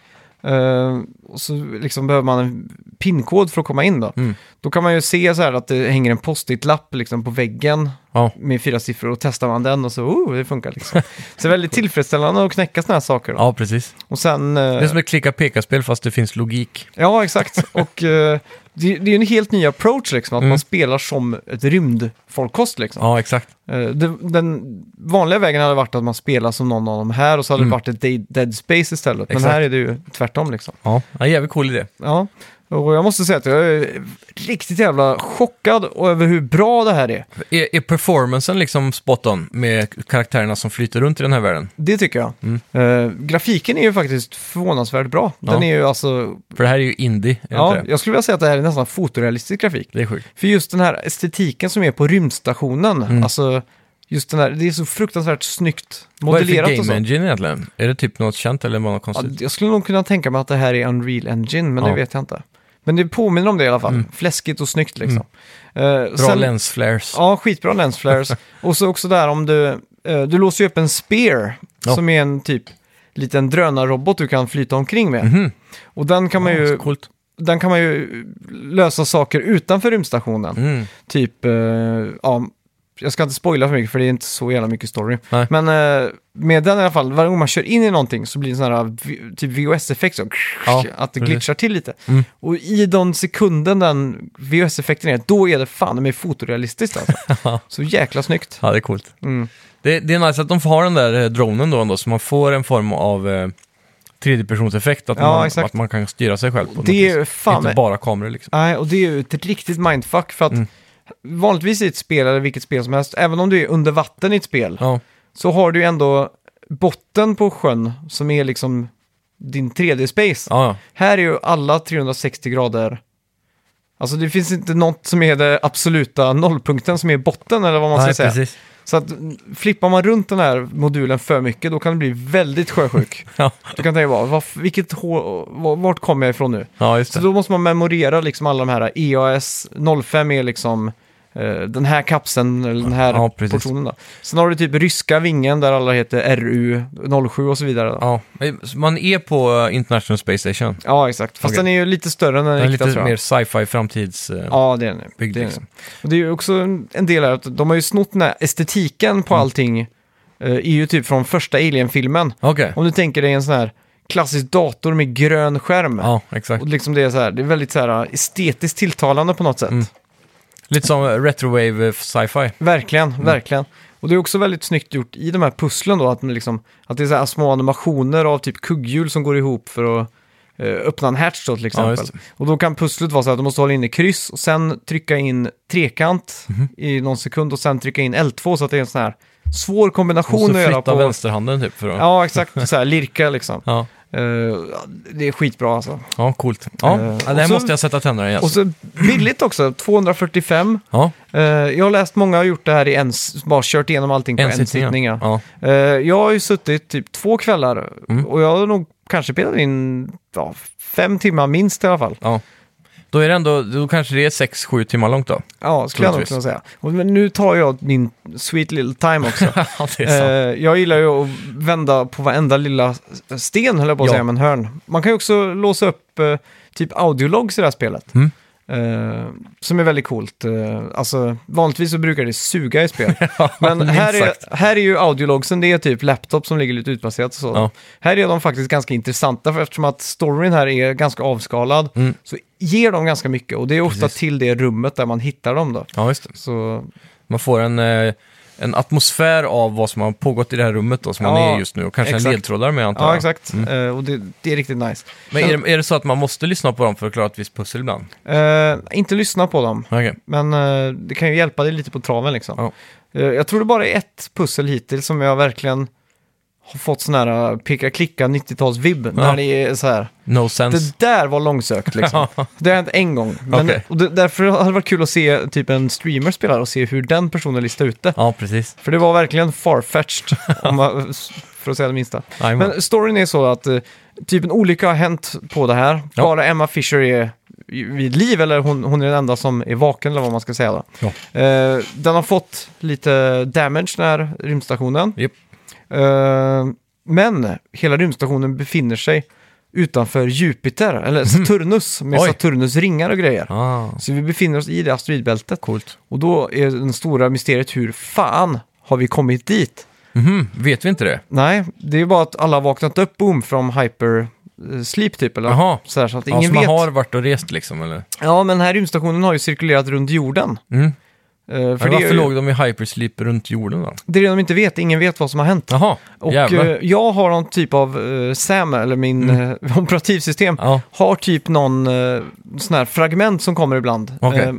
Eh, och så liksom behöver man en pinkod för att komma in då.
Mm.
Då kan man ju se så här att det hänger en post-it-lapp liksom på väggen
Ja.
med fyra siffror och testar man den och så, oh, det funkar liksom. Så väldigt tillfredsställande att knäcka sådana här saker. Då.
ja, precis.
Och sen... eh,
Det är som ett klicka-peka-spel fast det finns logik.
Ja, exakt. Och eh, det, det är ju en helt ny approach liksom, att
Mm.
man spelar som ett rymdfolkkost liksom.
Ja, exakt.
Eh, det, den vanliga vägen hade varit att man spelar som någon av dem här och så hade
Mm.
det varit ett de- Dead Space istället.
Exakt.
Men här är det ju tvärtom liksom.
Ja, ja jävligt cool idé.
Ja, och jag måste säga att jag är riktigt jävla chockad över hur bra det här är.
Är, är performancen liksom spot on med karaktärerna som flyter runt i den här världen?
Det tycker jag. Eh, grafiken är ju faktiskt förvånansvärt bra. Den
Mm. Ja.
är ju alltså...
För det här är ju indie, är det
Ja,
inte det?
jag skulle vilja säga att det här är nästan fotorealistisk grafik.
Det är sjukt.
För just den här estetiken som är på rymdstationen,
Mm.
alltså just den här, det är så fruktansvärt snyggt
Vad är det
modellerat
för
och
game
så.
engine egentligen? Är det typ något känt eller bara något
Ja,
konstigt?
jag skulle nog kunna tänka mig att det här är Unreal Engine, men
Ja. Mm.
det vet jag inte. Men det påminner om det i alla fall. Fläskigt och snyggt liksom. Eh,
Bra
sen-
lens flares.
Ja, skitbra lens flares. och så också där om du, eh, du låser ju upp en spear
Ja.
som är en typ liten drönarrobot du kan flyta omkring med. Och den kan, man
Mm. Mhm. Ja,
ju,
så coolt.
den kan man ju lösa saker utanför rymdstationen.
Mm.
Typ, eh, ja, jag ska inte spoila för mycket för det är inte så jävla mycket story.
Nej.
Men eh, med den i alla fall, varje gång man kör in i någonting så blir det en sån här v- typ VHS-effekt så,
Ja,
att det
precis.
glitchar till lite.
Mm.
Och i den sekunden den VHS-effekten är, då är det fan med fotorealistiskt alltså. så jäkla snyggt.
Ja, det är coolt.
Mm.
Det, det är nice att de har den där eh, dronen då ändå, så man får en form av eh, tredjepersonseffekt, att,
Ja,
man,
exakt.
att man kan styra sig själv på något
Det är
vis.
ju fan
Inte
med-
bara Mm. kameror liksom.
Nej, och det är ju ett riktigt mindfuck för att vanligtvis i ett spel, eller vilket spel som helst, även om du är under vatten i ett spel,
Ja,
så har du ju ändå botten på sjön som är liksom din 3D-space.
ja, ja.
Här är ju alla 360 grader. Alltså det finns inte något som är det absoluta nollpunkten som är botten eller vad man ska
Nej,
säga.
precis.
Så att mm, flippar man runt den här modulen för mycket då kan du bli väldigt sjösjuk.
Ja,
du kan tänka bara, "Vad f- vilket hå- var- vart kommer jag ifrån nu?
ja just
Så
det.
då måste man memorera liksom alla de här EAS 05 är liksom eh, den här kapseln eller den här
Ja, precis.
portionen. Då. Sen har du typ ryska vingen där alla heter RU 07 och så vidare. Då. Ja.
Ja. men Man är på eh, International Space Station.
exakt. Fast
Okej.
den är ju lite större än
Den
den
är
riktiga
lite
tror jag.
mer sci-fi framtids... eh,
Ja, det är den. ju.
byggd,
det, är den.
liksom.
Och det är ju också en- en del här att de har ju snott den här estetiken
Mm.
på allting. eh, är ju typ från första Alien-filmen.
Okej.
Om du tänker dig en sån här klassisk dator med grön skärm.
Ja, exakt.
Och liksom det är så här, det är väldigt så här estetiskt tilltalande på något sätt.
Mm. Lite som eh, retrowave eh, sci-fi.
Verkligen,
Mm.
verkligen. Och det är också väldigt snyggt gjort i de här pusslen då, att, man liksom, att det är så här små animationer av typ kugghjul som går ihop för att eh, öppna en hatch då till exempel.
just det.
och då kan pusslet vara så att du måste hålla inne kryss och sen trycka in trekant
Mhm.
i någon sekund och sen trycka in L2 så att det är en sån här svår
Och
kombination
så
att göra
flytta
på...
vänsterhanden typ. För att...
Ja, exakt. Så här lirka liksom.
Ja.
Eh, det är skitbra alltså.
ja, coolt. Ja,
Eh,
ja det
och
här
så-
måste jag sätta tänderna i.
Och
Alltså.
så billigt också, 245.
Ja,
Eh, jag har läst många har gjort det här i en, s- bara kört igenom allting på en sittning. Ja.
ja.
Eh, jag har ju suttit typ två kvällar
Mm.
och jag har nog kanske spelat in ja, fem timmar minst i alla fall.
Ja. Då är det ändå, då kanske det är 6-7 timmar långt då.
Ja, skulle jag nog
Troligtvis.
kunna säga. Och, men nu tar jag min sweet little time också.
Ja, det
Eh, jag gillar ju att vända på varenda lilla sten, höll jag på att
Ja.
säga, men hörn. Man kan ju också låsa upp eh, typ audiologs i det här spelet.
Mm.
Eh, som är väldigt coolt. Eh, alltså, vanligtvis så brukar det suga i spel.
Ja,
Men
minst
här
sagt.
är, här är ju audiologsen, det är typ laptop som ligger lite utplacerat och så.
Ja.
Här är de faktiskt ganska intressanta, för eftersom att storyn här är ganska avskalad
Mm.
så ger de ganska mycket. Och det är ofta
Precis.
till det rummet där man hittar dem då.
Ja, just det.
Så
Man får en eh, en atmosfär av vad som har pågått i det här rummet då, som man
Ja,
är i just nu. Och kanske
exakt.
en ledtrådare med antar
Ja,
jag.
exakt.
Mm.
Eh, och det, det är riktigt nice.
Men är det, är det så att man måste lyssna på dem för att klara ett visst pussel ibland?
Eh, inte lyssna på dem,
Okej.
men eh, det kan ju hjälpa dig lite på traven liksom.
Ja.
Eh, jag tror det bara är ett pussel hittills som jag verkligen har fått sån här eh, peka-klicka 90-tals-vibb. När det är så här,
No sense.
det där var långsökt liksom. Det har hänt en gång. Men,
Okej.
och det, därför hade det varit kul att se typ en streamer spela och se hur den personen listade ut det.
Ja, precis.
För det var verkligen farfetched, om man, för att säga det minsta.
Jajamän.
Men storyn är så att eh, typ en olycka har hänt på det här.
Ja.
Bara Emma Fisher är i- vid liv, eller hon, hon är den enda som är vaken eller vad man ska säga då.
Ja.
Eh, den har fått lite damage, den här rymdstationen.
Japp.
Eh, men hela rymdstationen befinner sig utanför Jupiter, eller Saturnus, med
Mhm. Oj.
Saturnus ringar och grejer.
Ah,
Så vi befinner oss i det asteroidbältet.
coolt.
Och då är den stora mysteriet hur fan har vi kommit dit?
Mhm, Vet vi inte det?
Nej, det är bara att alla har vaknat upp boom från hyper eh, sleep typ eller
Jaha.
så, här, så att
Ja, så
ingen
man
vet.
har varit och rest liksom, eller?
Ja, men den här rymdstationen har ju cirkulerat runt jorden.
Mm.
Eh,
För
för det,
varför
är ju,
låg de i hypersleep runt jorden då?
det är det de inte vet, ingen vet vad som har hänt.
Jaha,
Och
jävlar. Mm.
eh, jag har någon typ av eh, SAM, eller min eh, operativsystem,
ja.
har typ någon eh, sån här fragment som kommer ibland.
Okej.
Eh,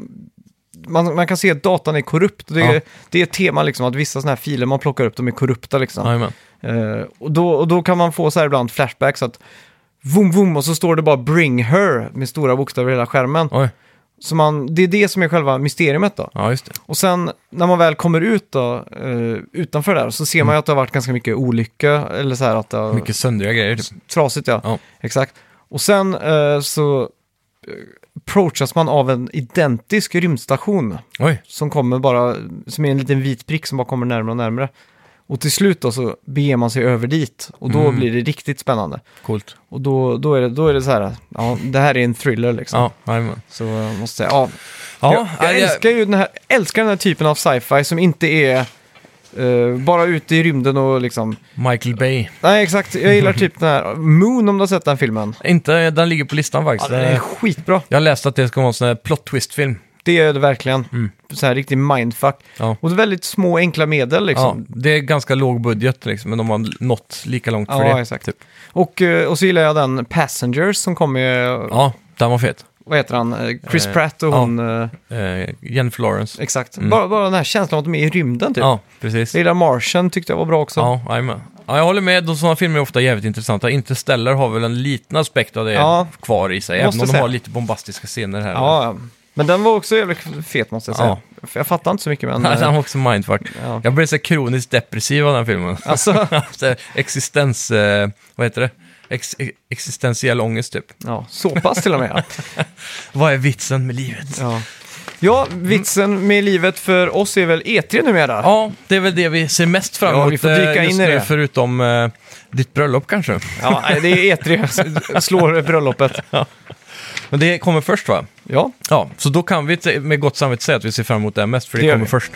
man, man kan se att datan är korrupt. Det,
Ja.
är det är ett tema liksom, att vissa såna här filer man plockar upp, de är korrupta liksom.
Jajamän.
Eh, och, då, och då kan man få så här ibland flashbacks att vum vum och så står det bara bring her med stora bokstäver i hela skärmen.
Oj,
Så man, det är det som är själva mysteriet då.
ja just det.
Och sen när man väl kommer ut då, eh, utanför där så ser man ju att det har varit ganska mycket olycka eller så här att det har,
Mycket söndriga grejer typ.
trasigt ja.
Ja.
Exakt. Och sen eh, så eh, approachas man av en identisk rymdstation
Oj,
som kommer bara, som är en liten vit prick som bara kommer närmare och närmare. Och till slut då så beger man sig över dit och då
Mm.
blir det riktigt spännande.
coolt.
Och då, då, är det, då är det så här, ja det här är en thriller liksom.
Ja, jajamän.
Så jag måste säga, ja.
Ja,
jag, jag
nej,
älskar ju den här, älskar den här typen av sci-fi som inte är eh, bara ute i rymden och liksom.
Michael Bay.
Nej exakt, jag gillar typ den här, Moon om du har sett den filmen.
Inte, den ligger på listan
Ja,
faktiskt.
den är skitbra,
Jag läste att det ska vara en sån här plot twist-film.
det är det verkligen. Så här riktig mindfuck.
Mm. Ja.
Och väldigt små enkla medel
Ja,
liksom.
det är ganska låg budget liksom, men de har nått lika långt för
Ja,
det.
exakt.
Typ.
Och, eh, och så gillar jag den Passengers som kom med,
Ja, den var fet.
vad heter han, Eh, Chris
Eh,
Pratt och
ja.
hon, eh,
Eh, Jennifer Lawrence.
exakt. Bara, bara den här känslan av att de är i rymden typ.
Ja, precis.
Jag gillar Martian tyckte jag var bra också.
Ja, jajamän. ja, jag håller med. De Sådana filmer är ofta jävligt intressanta. Interstellar har väl en liten aspekt av det
Ja.
kvar i sig,
Måste
även om de
säga.
har lite bombastiska scener här.
Ja, ja. Men den var också jävligt fet måste jag säga. För jag fattar inte så mycket men...
Nej,
eh,
Den var också mindfuck.
Ja.
Jag blev så kroniskt depressiv av den filmen.
Alltså,
Så här, Existens... Eh, vad heter det? Ex existentiell ångest, typ.
ja, så pass till och med.
Vad är vitsen med livet?
Ja. ja, vitsen med livet för oss är väl E3 numera?
Ja, det är väl det vi ser mest fram emot
Ja, vi får dyka
eh, just
in i
nu,
det.
förutom eh, ditt bröllop kanske.
Ja, nej, det är E3 slår bröllopet.
Men det kommer först va?
Ja,
Ja, så då kan vi t- med gott samvete säga att vi ser fram emot det mest, för det,
Det gör
kommer
vi.
först.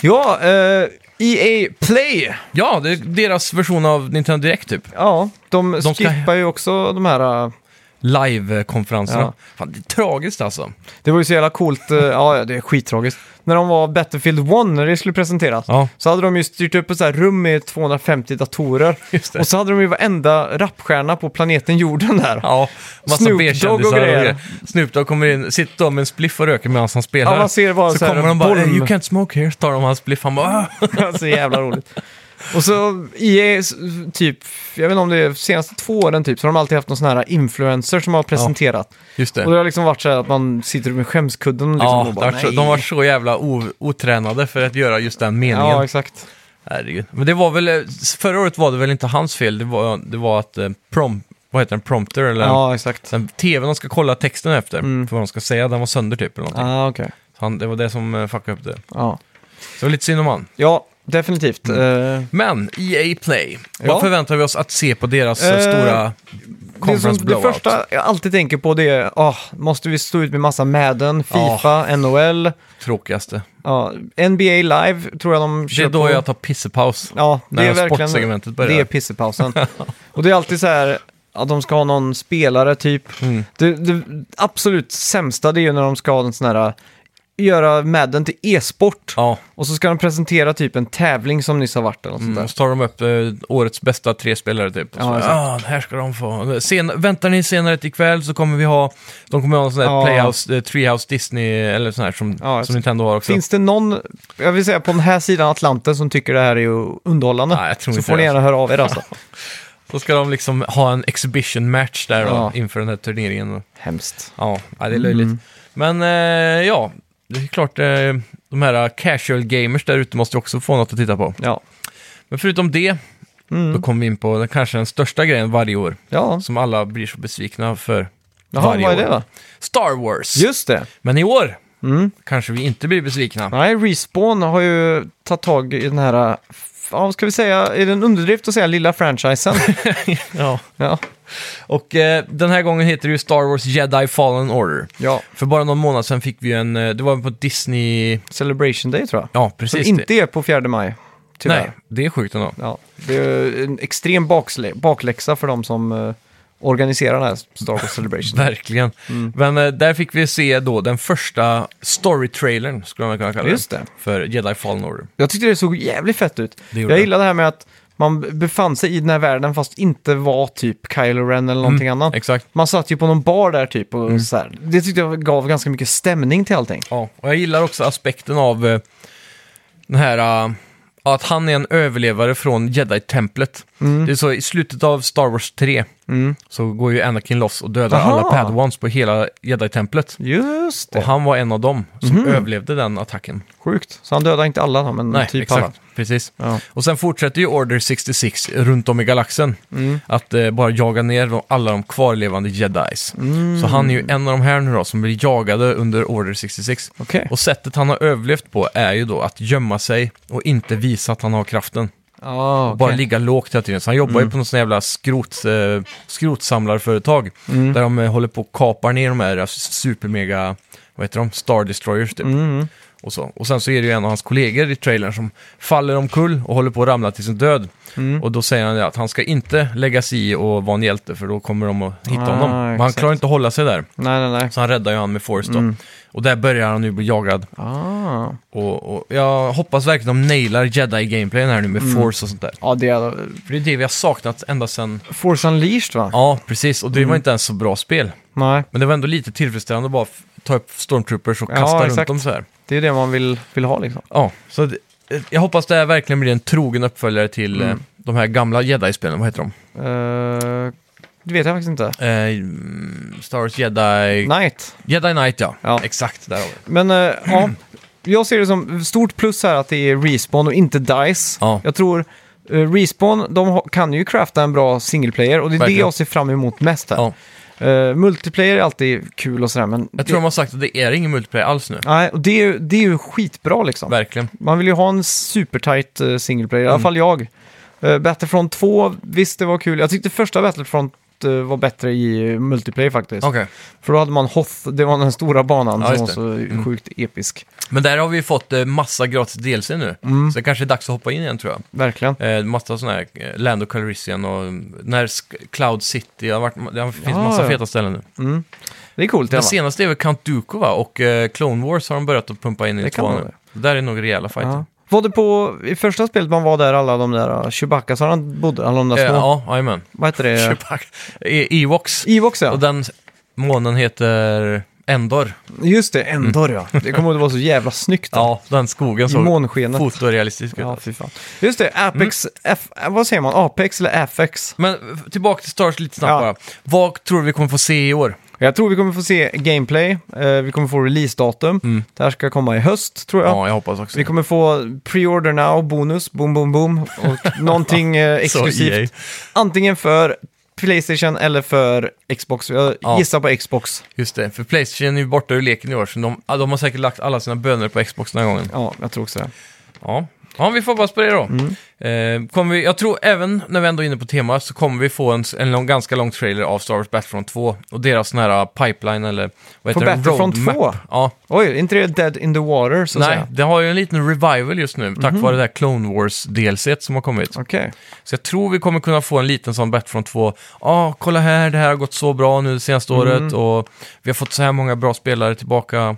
ja eh, EA Play.
Ja, det är deras version av Nintendo Direct typ.
Ja, de,
ska-
skippar ju också de här... eh,
Live-konferenserna.
Ja.
Fan, det är tragiskt alltså.
Det var ju så jävla coolt, eh, ja det är skittragiskt. När de var Battlefield 1, när det skulle presenteras,
Ja,
så hade de ju styrt upp ett så här rum med 250 datorer.
just det.
Och så hade de ju varenda rapstjärna på planeten jorden där.
Ja, massa
Snoop Dogg och
B-kändisar och
grejer.
grejer. Snoop Dogg kommer in, sitter då med en spliff och röker medan han spelar.
Ja, man ser bara
så,
så här
kommer de bara,
bolm.
"Eh, you can't smoke here, så tar de hans spliff. Han bara, "Ah."
så Alltså, jävla roligt. Och så EA, s- typ, jag vet inte om det är senaste två åren typ, så har de alltid haft någon sån här influencer som har presenterat.
Just det.
Och det har liksom varit så här att man sitter med skämskudden och liksom
ja,
och bara,
det var så,
"Nej."
de var så jävla o, otränade för att göra just den meningen.
Ja, exakt.
Herregud. Men det var väl, eh, förra året var det väl inte hans fel, det var, det var att eh, prom, vad heter den, prompter eller
Ja, Mm. exakt.
den tvn de ska kolla texten efter, för vad de ska säga, den var sönder typ eller någonting.
Ah, okej.
Så han, det var det som eh, fuckade upp det. Så
Ja.
det var lite synd om han.
ja, definitivt. Eh,
Men, EA Play.
Ja.
Vad förväntar vi oss att se på deras eh,
Eh,
stora
Det, som,
conference
det
blowout?
första jag alltid tänker på det är, ah, måste vi stå ut med massa Madden,
Ja.
Fifa, NHL,
Tråkigaste.
ja, NBA Live tror jag de
Det
kör
är då
på.
jag tar pissepaus.
Ja, det
när
är verkligen,
sportsegmentet börjar.
det är pissepausen. och det är alltid så här, att de ska ha någon spelare typ.
Mm.
Det, det absolut sämsta det är ju när de ska ha en sån här, göra Madden till e-sport.
Ja,
Och så ska de presentera typ en tävling som nyss har varit eller något sånt
mm.
där.
så tar de upp eh, årets bästa tre spelare typ. Och så,
Ja,
ja,
exakt.
ah, här ska de få. Sen, väntar ni senare till ikväll så kommer vi ha, de kommer ha en sån här
Ja.
Playhouse, eh, Treehouse, Disney eller sån här som,
Ja,
som Nintendo har också.
Finns det någon, jag vill säga på den här sidan Atlanten som tycker det här är ju underhållande?
Nej, jag tror
så
inte
får ni
det,
gärna höra av er alltså.
Då ska de liksom ha en exhibition match där då,
Ja. Mm.
inför den här turneringen.
Hemskt.
Ja, ja det är löjligt. Men eh, ja, det är klart, eh, de här casual gamers där ute måste ju också få något att titta på.
Ja.
Men förutom det,
Mm.
då kommer vi in på den, kanske den största grejen varje år,
Ja,
som alla blir så besvikna för
Jaha,
varje
vad är
år.
det då? Mm.
Star Wars!
Just det.
Men i år kanske vi inte blir besvikna.
Nej, Respawn har ju tagit tag i den här, ja, vad ska vi säga, är det en underdrift att säga lilla franchisen?
Ja.
ja.
Och eh, den här gången heter det ju Star Wars Jedi Fallen Order.
ja,
För bara någon månad sedan fick vi ju en, eh, det var på Disney...
Celebration Day tror jag.
Ja,
Som
precis.
inte är på 4 maj, tyvärr.
Nej, det är sjukt ändå.
Ja, det är en extrem baksle- bakläxa för de som eh, organiserar den här Star Wars Celebration.
Verkligen.
Mm.
Men eh, där fick vi se då den första story-trailern, skulle man kunna kalla det.
Just det.
För Jedi Fallen Order.
Jag tyckte det såg jävligt fett ut.
Det gjorde
jag
det.
gillar det här med att man befann sig i den här världen fast inte var typ Kylo Ren
Mm,
eller någonting annat.
Exakt.
Man satt ju på någon bar där typ
Mm.
och så här. Det tyckte jag gav ganska mycket stämning till allting.
Ja, och jag gillar också aspekten av eh, den här... eh, att han är en överlevare från Jedi-templet.
Mm.
Det är så i slutet av Star Wars 3 så går ju Anakin loss och dödar
Aha.
alla padawans på hela Jedi-templet.
Just
Och
det. Mhm.
han var en av dem som överlevde den attacken.
Sjukt. Så han dödade inte alla då, men
Nej,
typ
exakt.
alla.
Precis.
Ja.
Och sen fortsätter ju Order 66 runt om i galaxen.
Mm.
Att eh, bara jaga ner de- alla de kvarlevande jedis.
Mm.
Så han är ju en av de här nu då som blir jagade under Order 66.
Okej.
Och sättet han har överlevt på är ju då att gömma sig och inte visa att han har kraften.
Ah, okej. Mm.
Bara ligga lågt hela tiden. Så han jobbar ju på något sån jävla skrot, eh, skrotsamlarföretag.
Mm.
Där de eh, håller på och kapar ner de här eh, supermega, vad heter de, Star Destroyers typ.
Mm.
Och, så. och sen så är det ju en av hans kollegor i trailern som faller omkull och håller på att ramla till sin död.
Mm.
Och då säger han det att han ska inte lägga sig i och vara en hjälte för då kommer de att hitta
Ah,
honom. Men han
exakt. Mm.
klarar inte att hålla sig där.
Nej, nej, nej.
Så han räddar ju han med Forrest då. Och där börjar han nu bli jagad.
Ah.
Och, och jag hoppas verkligen de nailar Jedi-gameplayen här nu med Force och sånt där.
Ja, det är
För det är det vi har saknat ända sedan... Mm.
Force Unleashed va?
Ja, precis. Och det var inte ens så bra spel.
Nej,
Men det var ändå lite tillfredsställande att bara f- ta upp stormtroopers och
Ja,
kasta runt
exakt.
dem så här.
det är det man vill, vill ha liksom.
Ja, så det, jag hoppas det här verkligen blir en trogen uppföljare till eh, de här gamla Jedi-spelen. Vad heter de?
Eh, det vet jag faktiskt inte.
Eh, mm, Star Wars Jedi...
Knight.
Jedi Knight, ja.
Ja.
Exakt, där har vi det.
Men eh, ja, jag ser det som stort plus här att det är Respawn och inte DICE.
Ja.
Jag tror eh, Respawn, de ha- kan ju crafta en bra single player och det är
Verkligen.
det jag ser fram emot mest här.
Ja.
Eh, multiplayer är alltid kul och sådär, men
Jag tror de har sagt att det är ingen multiplayer alls nu.
det, nej, och det, är, ju- det är ju skitbra liksom.
Verkligen. Mm.
Man vill ju ha en supertight uh, single player, i alla fall jag. Eh, Battlefront 2, visst det var kul. Jag tyckte första Battlefront eh, var bättre i eh, multiplayer faktiskt.
Okej.
För då hade man Hoth, det var den stora banan
Ja,
som var
just Mm.
så sjukt episk.
Men där har vi fått eh, massa gratis DLC nu. Så det kanske är dags att hoppa in igen, tror jag.
Verkligen.
Eh, massa sådana här, eh, Land of Calrissian och mm, när Sk- Cloud City, det, har varit, det har- finns
Ah, Ja,
massa
ja.
feta ställen nu.
Det är coolt. i
Den
alla fall.
senaste är väl Count Dooku va? Och eh, Clone Wars har de börjat att pumpa in i
Det kan
tvåan
vara
nu. Det där är nog rejäla fighter.
Ja. Var det på, i första spelet man var där alla de där uh, Chewbacca, så han bodde, alla de där
Eh,
små,
Ja, jajamän.
vad heter det?
Chewbacca. E- Ewoks.
Evox ja.
Och den månen heter Endor.
Just det, Endor ja. Det kommer att vara så jävla snyggt. då.
Mm. Ja, den skogen
I
såg
månskenet.
fotorealistisk ut.
Ja, fy fan. Just det, Apex,
Mm.
F, eh, vad säger man, Apex eller Apex?
Men f- tillbaka till Star Wars lite snabbt
Ja.
bara. Vad tror du vi kommer få se i år?
Jag tror vi kommer få se gameplay, eh, vi kommer få releasedatum. Det här ska komma i höst tror jag.
Mm. Ja, jag hoppas också.
Vi kommer få pre-order now, bonus, boom, boom, boom. Och någonting eh,
EA.
exklusivt. Antingen för Playstation eller för Xbox. Jag
Ja.
gissar på Xbox.
Just det, för Playstation är ju borta ur leken i år, så de, de har säkert lagt alla sina böner på Xbox den här gången.
Ja, jag tror också det.
Ja, Ja, vi får hoppas på det då.
Mm.
Eh, kommer vi, jag tror även när vi ändå är inne på temat så kommer vi få en, s- en lång, ganska lång trailer av Star Wars Battlefront 2 och deras sån här uh, pipeline eller vad
På
heter det?
Battlefront
Roadmap.
2?
Ja,
Oj, inte det Dead in the Water så att
nej,
säga?
det har ju en liten revival just nu tack
Mhm.
vare det här Clone Wars DLC som har kommit.
Okej.
Så jag tror vi kommer kunna få en liten sån Battlefront 2. Ja, ah, kolla här, det här har gått så bra nu det senaste
Mm.
året och vi har fått så här många bra spelare tillbaka.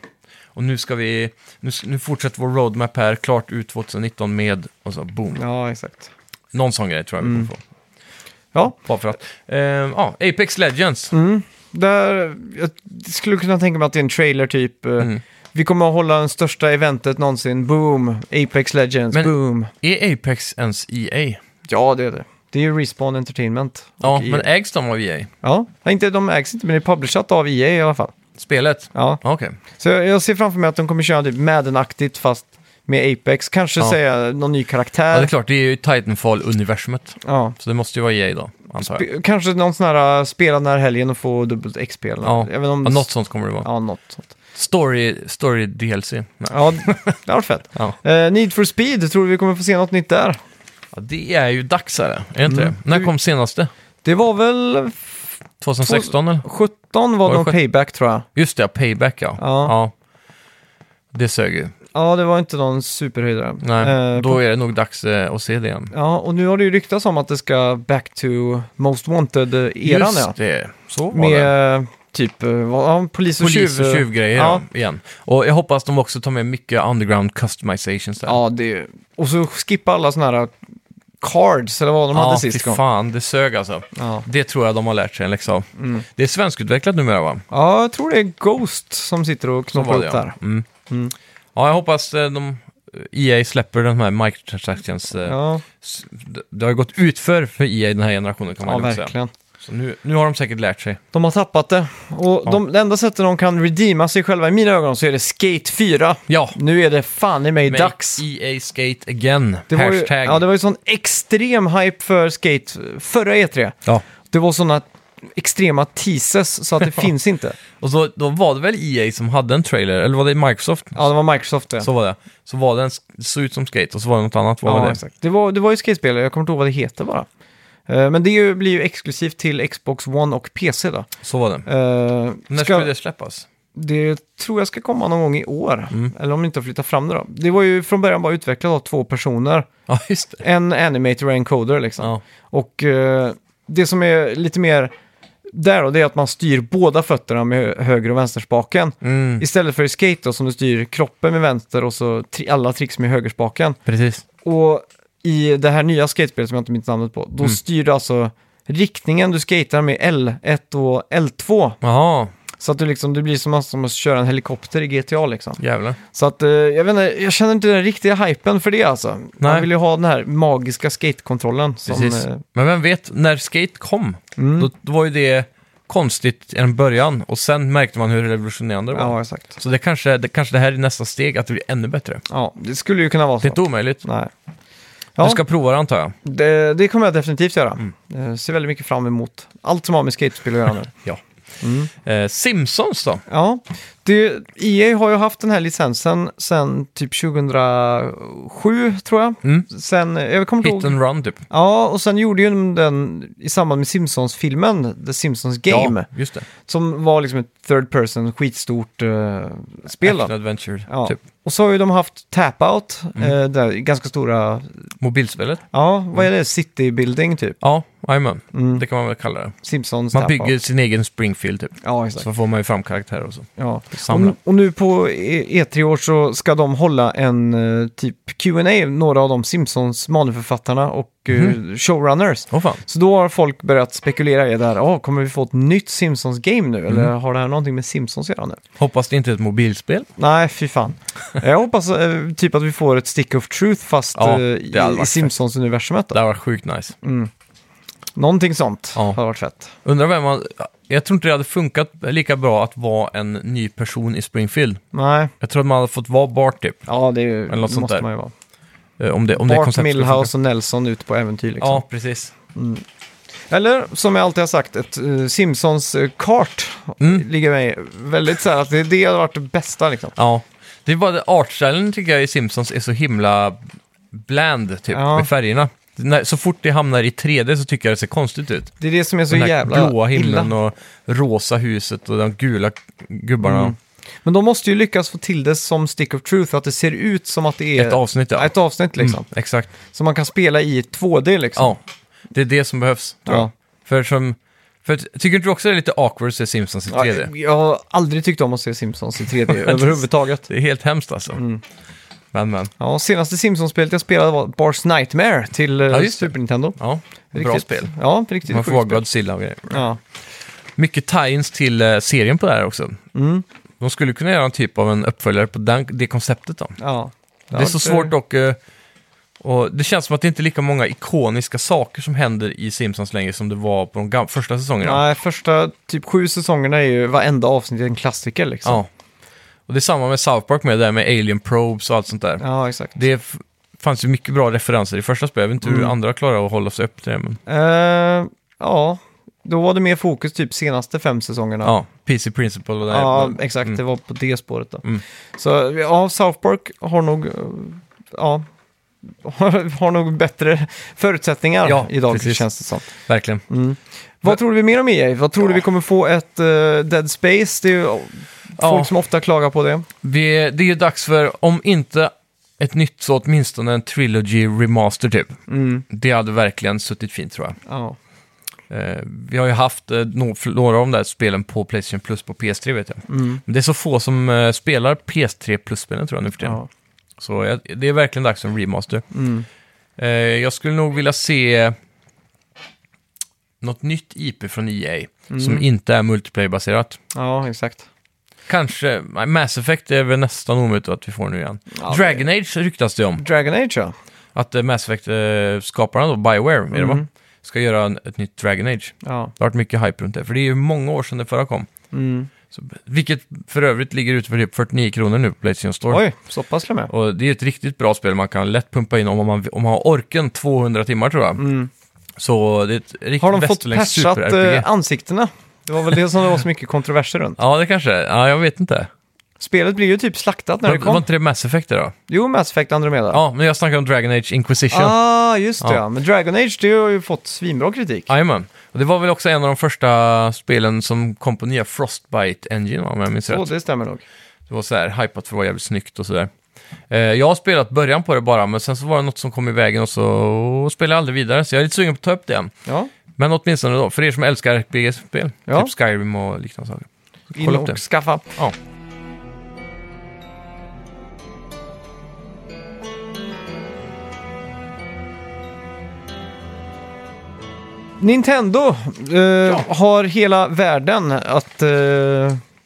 Och nu ska vi, nu, s- nu fortsätter vår roadmap här, klart ut 2019 med, och så boom.
Ja, exakt.
Någon sån grej tror jag vi
Mm.
kommer få.
Ja,
Bara för att. Eh, Ja, Apex Legends.
Mm. där, jag skulle kunna tänka mig att det är en trailer typ. eh,
Mm.
Vi kommer att hålla den största eventet någonsin. Boom! Apex Legends,
Men-
boom!
Är Apex ens E EA?
Ja, det är det. Det är ju Respawn Entertainment. och E
Ja,
EA.
men ägs de av E EA?
Ja, inte, de ägs inte, men det är publishat av EA i alla fall.
Spelet?
Ja,
Ja, Okej.
så jag, jag ser framför mig att de kommer köra typ Madden-aktigt fast med Apex. Kanske
Ja.
säga någon ny
Ja, det är
karaktär.
klart, det är ju Titanfall-universumet.
Ja,
Så det måste ju vara EA då, antar jag.
Sp- Kanske någon sån här äh, spela den här helgen och få dubbelt XP eller
Ja,
något. Jag vet inte om
Ja, något sånt kommer det vara.
Ja, något sånt.
Story, story DLC. Nej.
Ja, det hade varit fett.
Ja.
Eh, Need for speed, tror du vi kommer få se något nytt där?
Ja, det är ju dags här, är det inte
Mm.
det? När kom senaste?
Det var väl
2016 eller?
17 var,
det
det någon
sjut-
payback tror jag.
Just det, ja, Payback ja.
Ja.
Det sög ju.
Ja, det var inte någon superhöjdare.
Nej,
Eh,
då är det nog dags eh, att se det igen.
Ja, och nu har det ju ryktats om att det ska back to Most Wanted-eran. Ja.
Just det, så var det.
Med eh, typ eh, vad- ja, polis och tjuv.
Polis och tjuvgrejer
Ja.
ja. igen. Och jag hoppas de också tar med mycket underground customizations där.
Ja, det är... Och så skippa alla såna här cards, eller vad de hade
ja fy
sist. gång.
fan, det sög alltså.
Ja.
Det tror jag de har lärt sig en läxa av.
Mm.
Det är svenskutvecklat numera va?
Ja, jag tror det är Ghost som sitter och
Så
knoppar
var det,
upp
ja.
där.
Mm. Ja, jag hoppas eh, de, EA släpper den här microtransactions... eh,
Ja,
s- det- det har ju gått utför för EA den här generationen kan man
ja
lugnt säga.
verkligen.
Så nu, nu har de säkert lärt sig.
De har tappat det. Och de, det enda sättet de kan redeema sig själva i mina ögon så är det Skate 4.
Ja,
Nu är det fan i mig
make
dags.
EA Skate again.
Det var, ju,
Hashtag.
ja, det var ju sån extrem hype för Skate förra E3.
Ja.
Det var såna extrema teases så att det finns inte.
Och så, då var det väl EA som hade en trailer, eller var det Microsoft?
Ja, det var Microsoft det.
Så var det. Så var den, det såg ut som Skate och så var det något annat. Vad
ja,
var det?
Exakt. Det, var, det var ju skatespel, jag kommer inte ihåg vad det heter bara. Eh, Men det är ju, blir ju exklusivt till Xbox One och PC då.
Så var det.
Eh,
När skulle det släppas?
Det tror jag ska komma någon gång i år.
Mm.
Eller om de inte har flyttat fram det då. Det var ju från början bara utvecklat av två personer.
Ja, just det.
En animator och en coder liksom.
Ja.
Och eh, det som är lite mer där då, det är att man styr båda fötterna med hö- höger och vänsterspaken.
Mm,
Istället för i skate då, som du styr kroppen med vänster och så tri- alla tricks med högerspaken.
precis.
Och i det här nya skatespelet som jag inte minns namnet på,
Mm.
då styr du alltså riktningen du skatar med L1 och L2.
Jaha,
Så att du liksom, det blir som, som att köra en helikopter i GTA liksom.
jävlar.
Så att eh, jag vet inte, jag känner inte den riktiga hypen för det alltså. Man
Nej.
vill ju ha den här magiska skatekontrollen. Som,
Precis.
eh, Mm.
Men vem vet, när Skate kom, då, då var ju det konstigt i en början och sen märkte man hur revolutionerande det var.
ja, exakt.
Så det kanske, det kanske det här är nästa steg, att det blir ännu bättre.
Ja, det skulle ju kunna vara
Det
så.
är inte omöjligt.
Nej. Ja,
Du ska Mm. prova det antar jag.
det, det kommer jag definitivt göra. Eh, ser väldigt mycket fram emot allt som har med skatespel att göra nu.
Ja. Eh, Simpsons då?
ja, det, EA har ju haft den här licensen sedan typ 2007 tror jag.
Mm.
Sen, eh, jag kommer inte
Hit
ihåg.
and run typ.
Ja, och sen gjorde ju de den i samband med Simpsons-filmen, The Simpsons Game.
Ja, just det.
Som var liksom ett third person, skitstort eh, spel.
Action
Då.
Adventure,
Ja.
typ. Mhm.
Och så har ju de haft Tap-Out, eh, där, ganska stora,
Mobilspelet?
ja vad är
Mm.
det, city building typ.
Ja, jajamän.
Mm.
Det kan man väl kalla det.
Simpsons
Man
Tap-Out.
bygger sin egen Springfield typ.
Ja, exakt.
Så får man ju fram karaktärer och så. Mm.
Ja. Och,
Samla.
och nu på E- E3 år så ska de hålla en eh, typ Q&A några av de Simpsons manusförfattarna och eh,
Mhm.
showrunners.
Åh fan.
Så då har folk börjat spekulera i det här, "Ah, kommer vi få ett nytt Simpsons-game nu? Eller
Mhm.
har det här någonting med Simpsons att göra nu?
Hoppas det inte är ett mobilspel.
Nej, fy fan. Jag hoppas eh, typ att vi får ett stick of truth fast
Ja,
eh,
det
i,
hade varit
i
fett.
Simpsons-universumet. då.
Det här var sjukt nice.
Någonting sånt
Ja.
har varit fett.
Undrar vem man... Jag tror inte det hade funkat lika bra att vara en ny person i Springfield.
Nej,
Jag tror att man hade fått vara Bart typ.
ja det är ju,
något
det
sånt
måste
där.
man ju vara.
Eh, Om det, om det
Bart
konceptet skulle funka.
Milhouse och Nelson ut på äventyr liksom.
Ja, precis.
Eller som jag alltid har sagt, ett eh, Simpsons-kart
Mm.
ligger mig väldigt så här att det, det har varit det bästa liksom.
Ja. Det är bara det, artstylen tycker jag i Simpsons är så himla bland typ,
Ja.
med färgerna. När, så fort det hamnar i 3D så tycker jag det ser konstigt ut.
Det är det som är så
Den här
jävla
blåa himlen
illa.
och rosa huset och de gula gubbarna.
Mm. Men de måste ju lyckas få till det som Stick of Truth, att det ser ut som att det är
Ett avsnitt ja.
ett avsnitt liksom.
Mm, exakt.
Som man kan spela i 2D liksom.
Ja, det är det som behövs. Tror
Ja.
jag. För som... För, tycker inte du också det är lite awkward att se Simpsons i 3D?
Ja, Jag har aldrig tyckt om att se Simpsons i 3D överhuvudtaget. Mm.
Det är helt hemskt alltså. Men men,
Ja, senaste Simpsons-spelet jag spelade var Bars Nightmare till eh,
just det.
Super Nintendo.
ja. Bra
Riktigt-
spel.
Ja, riktigt
Man får
sjukt
vara
spel.
Godzilla och grejer.
Ja.
Mycket tie-ins till eh, serien på det här också.
Mm.
De skulle kunna göra en typ av en uppföljare på den, det konceptet då.
Ja. Alltså,
Det är så svårt dock. eh, Och det känns som att det inte är lika många ikoniska saker som händer i Simpsons längre som det var på de gam- första säsongerna.
Nej, första typ sju säsongerna är ju varenda avsnitt är en klassiker liksom.
Ja. Och det är samma med South Park med det där med Alien Probes och allt sånt där.
Ja, exakt.
Det f- fanns ju mycket bra referenser i första spelet. Jag vet inte hur
Mm.
andra klarar att hålla sig upp till det. Men,
Eh, ja, då var det mer fokus typ senaste fem säsongerna.
ja, PC Principle och det
Ja,
här.
exakt.
Mm.
Det var på det spåret då.
Mm.
Så ja, South Park har nog, eh, ja, har nog bättre förutsättningar
Ja,
idag
precis.
känns det som.
Verkligen.
Mm. Vad tror vi mer om EA? Vad tror du vi kommer få ett eh, Dead Space? Det är ju folk
Ja.
som ofta klagar på det.
Vi, det är ju dags för, om inte ett nytt så åtminstone en Trilogy Remaster typ.
Mm.
Det hade verkligen suttit fint tror jag.
Ja.
Eh, vi har ju haft eh, no- några av de där spelen på Playstation Plus på PS3 vet jag.
Mm.
Men det är så få som eh, spelar PS3 Plus-spelen tror jag nu för tiden.
Ja.
Så jag, det är verkligen dags för en remaster.
Mm.
Eh, jag skulle nog vilja se något nytt IP från EA
Mm.
som inte är multiplayer-baserat.
ja, exakt.
Kanske, nej, Mass Effect är väl nästan omöjligt att vi får nu igen.
Ja,
Dragon Age ryktas det om.
Dragon Age ja.
Att eh, Mass Effect-skaparna då, Bioware, är det va?
Mm.
Ska göra en, ett nytt Dragon Age.
Ja.
Det har varit mycket hype runt det, för det är ju många år sedan det förra kom.
Mm.
Så, vilket för övrigt ligger ute för typ 49 kronor nu på Playstation Store.
Oj, så pass till och med.
Och det är ju ett riktigt bra spel man kan lätt pumpa in om man, om man har orken 200 timmar tror jag.
Mm.
Så det är ett riktigt
Har de fått
västerländskt
patchat
super-RPG.
eh, ansiktena? Det var väl det som det var så mycket kontroverser runt.
Ja, det kanske är. Ja, jag vet inte.
Spelet blir ju typ slaktat när
Var,
det
var
kom.
inte det Mass Effect det då?
Jo, Mass Effect Andromeda.
Ja, men jag snackar om Dragon Age Inquisition.
ah, just det
Ja.
ja. Men Dragon Age, det har ju fått svinbra kritik.
Jajamän. Och det var väl också en av de första spelen som kom på nya Frostbite Engine, om jag minns
Så
rätt.
det stämmer nog.
Det var så här hypat för att vara jävligt snyggt och sådär. Eh, jag har spelat början på det bara, men sen så var det något som kom i vägen och så spelade jag aldrig vidare. Så jag är lite sugen på att ta upp det än.
Ja,
Men åtminstone då, för er som älskar RPG-spel,
Ja.
typ Skyrim och liknande saker.
in
Kolla upp
och
det.
skaffa.
Ja.
Nintendo eh, har hela världen att eh,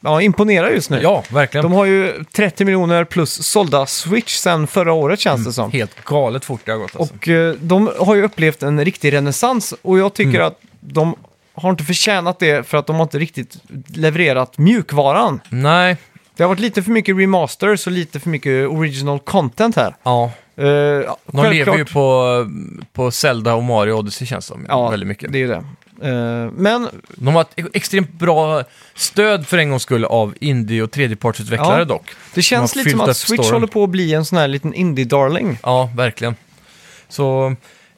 ja, imponera just nu.
Ja, verkligen.
De har ju 30 miljoner plus sålda Switch sedan förra året känns det som.
Helt galet fort det har gått alltså.
Och eh, de har ju upplevt en riktig renässans och jag tycker
Mm.
att de har inte förtjänat det för att de har inte riktigt levererat mjukvaran.
Nej,
Det har varit lite för mycket remasters och lite för mycket original content här.
ja.
Eh, ja,
De lever ju på, på Zelda och Mario Odyssey känns det som. väldigt mycket.
det är ju det. Eh, men
De har ett e- extremt bra stöd för en gångs skull av indie och tredjepartsutvecklare
Ja.
dock.
det känns
har
lite som
fyllt
att
upp
Switch
storyn.
håller på att bli en sån här liten indie-darling.
Ja, verkligen. Så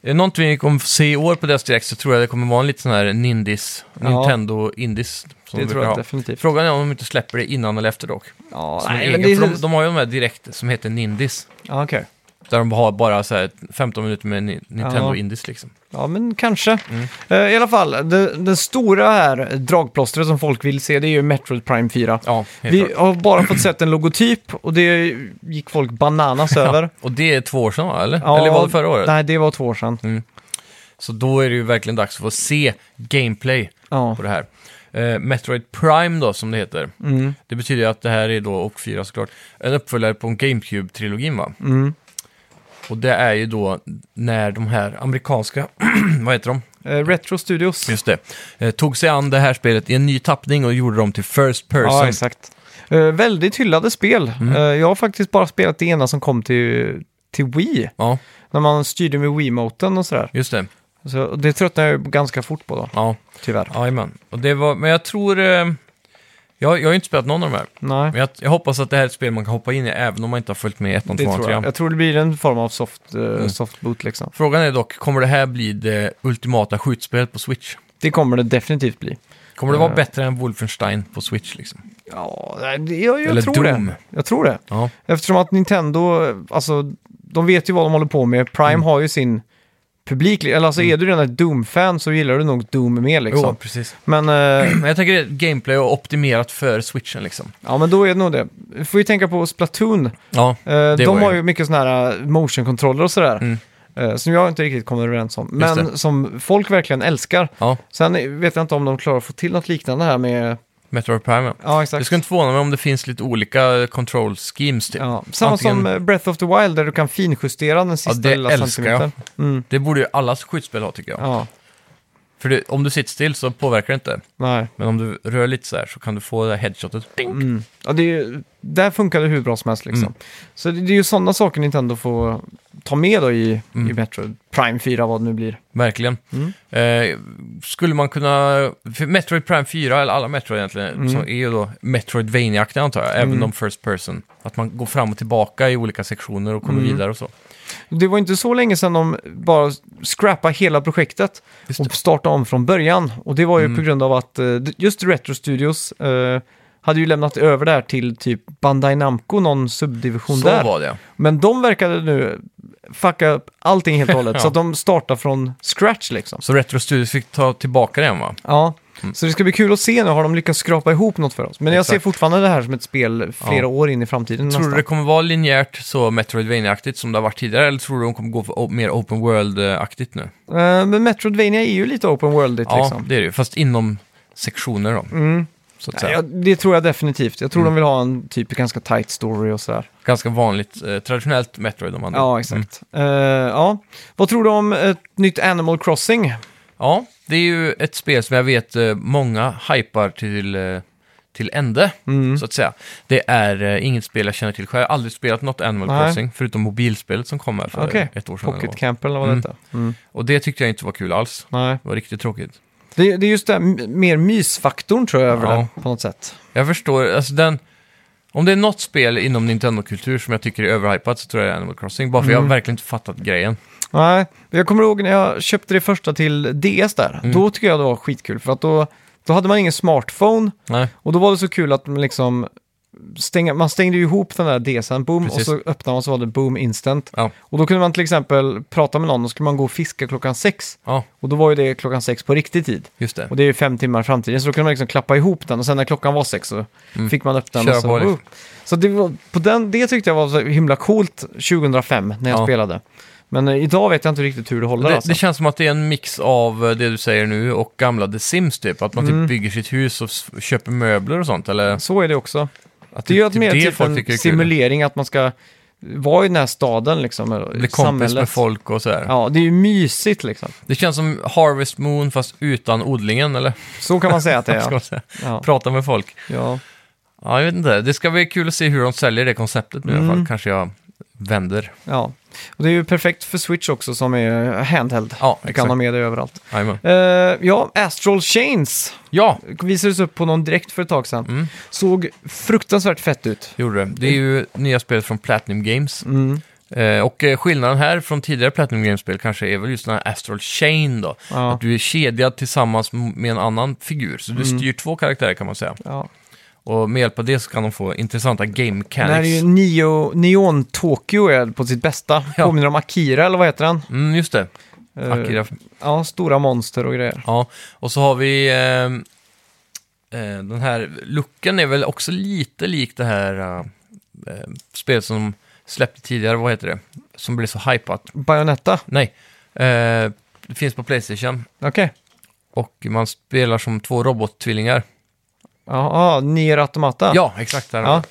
är det någonting vi kommer få se i år på deras direkt så tror jag det kommer vara en liten sån här Nindis,
Ja.
Nintendo Indies. Som
Det
de
tror
brukar
jag
ha.
definitivt.
Frågan är om de inte släpper det innan eller efter dock.
Ja,
Som
nej,
egen,
men det
för de,
är...
de har ju de här direkt som heter Nindis.
Ja, okej.
Där de har bara så här 15 minuter med Ni- Nintendo
Ja.
Indies liksom.
Ja, men kanske.
Mm.
Eh, I alla fall, det, det stora här dragplåstret som folk vill se det är ju Metroid Prime 4.
Ja, helt klart.
Vi har bara fått sett en logotyp och det gick folk bananas över.
Och det är två år sedan va? Eller? eller var det förra året?
Nej, det var två år sedan.
Så då är det ju verkligen dags att få se gameplay
Ja.
på det här. Eh, Metroid Prime då, som det heter.
Mm.
Det betyder att det här är då, och 4 såklart, en uppföljare på en GameCube-trilogin va?
Mm.
Och det är ju då när de här amerikanska, vad heter de?
Eh, Retro Studios.
Just det. Eh, tog sig an det här spelet i en ny tappning och gjorde dem till First
Ja,
Person.
exakt. Eh, väldigt hyllade spel.
Mm.
Eh, jag har faktiskt bara spelat det ena som kom till, till Wii.
Ja,
När man styrde med Wiimoten och sådär.
just det.
Så det tröttnade jag ju ganska fort på då,
Ja,
tyvärr.
jajamän. Och det var, men jag tror... Eh, Jag, jag har ju inte spelat någon av de här.
Nej,
Men jag, jag hoppas att det här är ett spel man kan hoppa in i även om man inte har följt med 1, 2,
det tror jag.
3.
Jag tror det blir en form av soft, eh,
Mm.
soft boot liksom.
Frågan är dock, kommer det här bli det ultimata skjutspelet på Switch?
Det kommer det definitivt bli.
Kommer det vara
Eh.
bättre än Wolfenstein på Switch liksom?
Ja, nej, det- jag, jag
Eller
tror
Doom.
det. Jag tror det.
Ja,
Eftersom att Nintendo, eh, alltså, de vet ju vad de håller på med. Prime
Mm.
har ju sin publik, eller alltså är du redan ett Doom-fan så gillar du nog Doom mer liksom.
jo, precis.
Men, eh,
Men jag tänker att gameplay är optimerat för switchen liksom.
ja men då är det nog det. Vi får ju tänka på Splatoon. Eh,
Ja, det var
de har
ju-
ju mycket sådana här eh, motion-kontroller och sådär.
Mm.
eh, Som jag inte riktigt kommer överens om.
Just
Men som folk verkligen älskar.
ja
Sen vet jag inte om de klarar att få till något liknande här med...
Metroid Prime. ja.
Ja, exakt.
Det skulle inte förvåna mig om det finns lite olika control schemes typ.
Ja, samma
Antingen-
som eh, Breath of the Wild där du kan finjustera den sista
det
lilla
älskar jag.
centimetern. Mm,
Det borde ju alla skjutspel ha tycker jag.
ja,
För det, om du sitter still så påverkar det inte.
nej.
Men om du rör lite så här så kan du få det här headshotet. Ding!
Mm. Ja, det är ju, där funkar det hur bra som helst liksom.
Mm.
Så det, det är ju sådana saker Nintendo får ta med då i,
Mm.
i Metroid Prime 4, vad det nu blir.
Verkligen.
Mm.
Eh, skulle man kunna... För Metroid Prime 4, eller alla Metroid egentligen,
Mm.
som är ju då Metroidvania-aktiga antar jag, även om First Person. Att man går fram och tillbaka i olika sektioner och
Mm.
kommer vidare och så.
Det var inte så länge sedan de bara scrappade hela projektet
Just Mm.
och startade om från början. Och det var ju på grund av att eh, just Retro Studios eh, hade ju lämnat över det här till typ Bandai Namco, någon subdivision
Så
där.
var det.
Men de verkade nu fucka upp allting helt och hållet,
Ja.
så att de startar från scratch liksom.
Så Retro Studios fick ta tillbaka den va?
Ja, så det ska bli kul att se nu, har de lyckats skrapa ihop något för oss? Men jag ser
Mm. Exakt.
fortfarande det här som ett spel flera
Ja.
år in i framtiden
Tror du det
nästan.
kommer vara linjärt så Metroidvania-aktigt som det har varit tidigare eller tror du de kommer gå för o- mer open world-aktigt nu?
Eh, Men Metroidvania är ju lite open worldigt
Ja,
liksom.
det är det ju. Fast inom sektioner då. Så att
Mm. Nej,
säga.
jag, det tror jag definitivt. Jag tror de
Mm.
vill ha en typ ganska tight story och sådär.
Ganska vanligt, eh, traditionellt Metroid om man
Ja, exakt. Eh, ja. Vad tror du om ett nytt Animal
Eh,
Crossing?
Ja, det är ju ett spel som jag vet eh, många hypar till, eh, till ände,
Mm.
så att säga. Det är eh, inget spel jag känner till själv. Jag har aldrig spelat något Animal
Nej.
Crossing, förutom mobilspelet som kom här för
Okej.
ett år sedan. eller
Pocket
vad.
Camp eller vad det
Mm.
hette? Mm.
Och det tyckte jag inte var kul alls.
Nej.
Det var riktigt tråkigt.
Det, det är just det här, m- mer mysfaktorn tror jag över
Ja.
det på något sätt.
Jag förstår, alltså den... Om det är något spel inom Nintendo-kultur som jag tycker är överhypat så tror jag det är Animal Crossing. Bara för
Mm.
jag har verkligen inte fattat grejen.
Nej, men jag kommer ihåg när jag köpte det första till DS där.
Mm.
Då tycker jag det var skitkul för att då, då hade man ingen smartphone
Nej,
och då var det så kul att man liksom stänga, man stängde ju ihop den där DSen, boom,
Precis.
och så öppnade man så var det boom instant.
ja.
Och då kunde man till exempel prata med någon och skulle man gå och fiska klockan sex.
ja
Och då var ju det klockan sex på riktig tid.
just det.
Och det är ju fem timmar i framtiden, så då kunde man liksom klappa ihop den och sen när klockan var sex så fick man upp den.
Köra
och så,
Mm. på liksom.
oh. så det, var, på den, det tyckte jag var så himla coolt 2005 när jag
Ja.
spelade. Men eh, idag vet jag inte riktigt hur det håller
Det,
alltså.
det känns som att det är en mix av eh, det du säger nu och gamla The Sims typ. Att man
Mm.
typ bygger sitt hus och s- köper möbler och sånt. Eller
Så är det också.
att
Det är ju att
typ
mer
det
typ
folk tycker är
en
kul.
simulering att man ska vara i den här staden liksom, eller
Bli kompis
samhället.
med folk och sådär.
Ja, det är ju mysigt liksom.
Det känns som Harvest Moon fast utan odlingen eller?
Så kan man säga att det
Ska
är.
man säga.
Ja.
Prata med folk.
Ja.
Ja, jag vet inte. Det ska bli kul att se hur de säljer det konceptet nu i
Mm.
alla fall. Kanske jag vänder.
ja, och det är ju perfekt för Switch också som är handheld.
Ja,
du kan
exakt.
ha med dig överallt.
Jajamän.
Eh, ja, Astral Chains
Ja,
visades upp på någon direkt för ett tag sedan.
Mm.
Såg fruktansvärt fett ut.
gjorde det. Det är ju nya spelet från Platinum Games.
Mm.
Eh, och eh, skillnaden här från tidigare Platinum Games-spel kanske är väl just den här Astral Chain då.
Ja.
Att du är kedjad tillsammans m- med en annan figur. Så
Mm.
du styr två karaktärer kan man säga.
Ja.
Och med hjälp av det så kan de få intressanta game
Det här är ju
mechanics.
Neo, Neon Tokyo är på sitt bästa.
Ja.
Påminner om Akira, eller vad heter han?
Mm, just det.
Eh,
Akira.
Ja, stora monster och grejer.
Ja. Och så har vi... ehm, eh, den här looken är väl också lite lik det här eh, eh, spelet som släppte tidigare, vad heter det? Som blev så hypat.
Bayonetta,
Nej, eh, det finns på Playstation.
okej.
Och man spelar som två robottvillingar.
Jaha, Nier Automata.
Ja, exakt. Där.
Ja.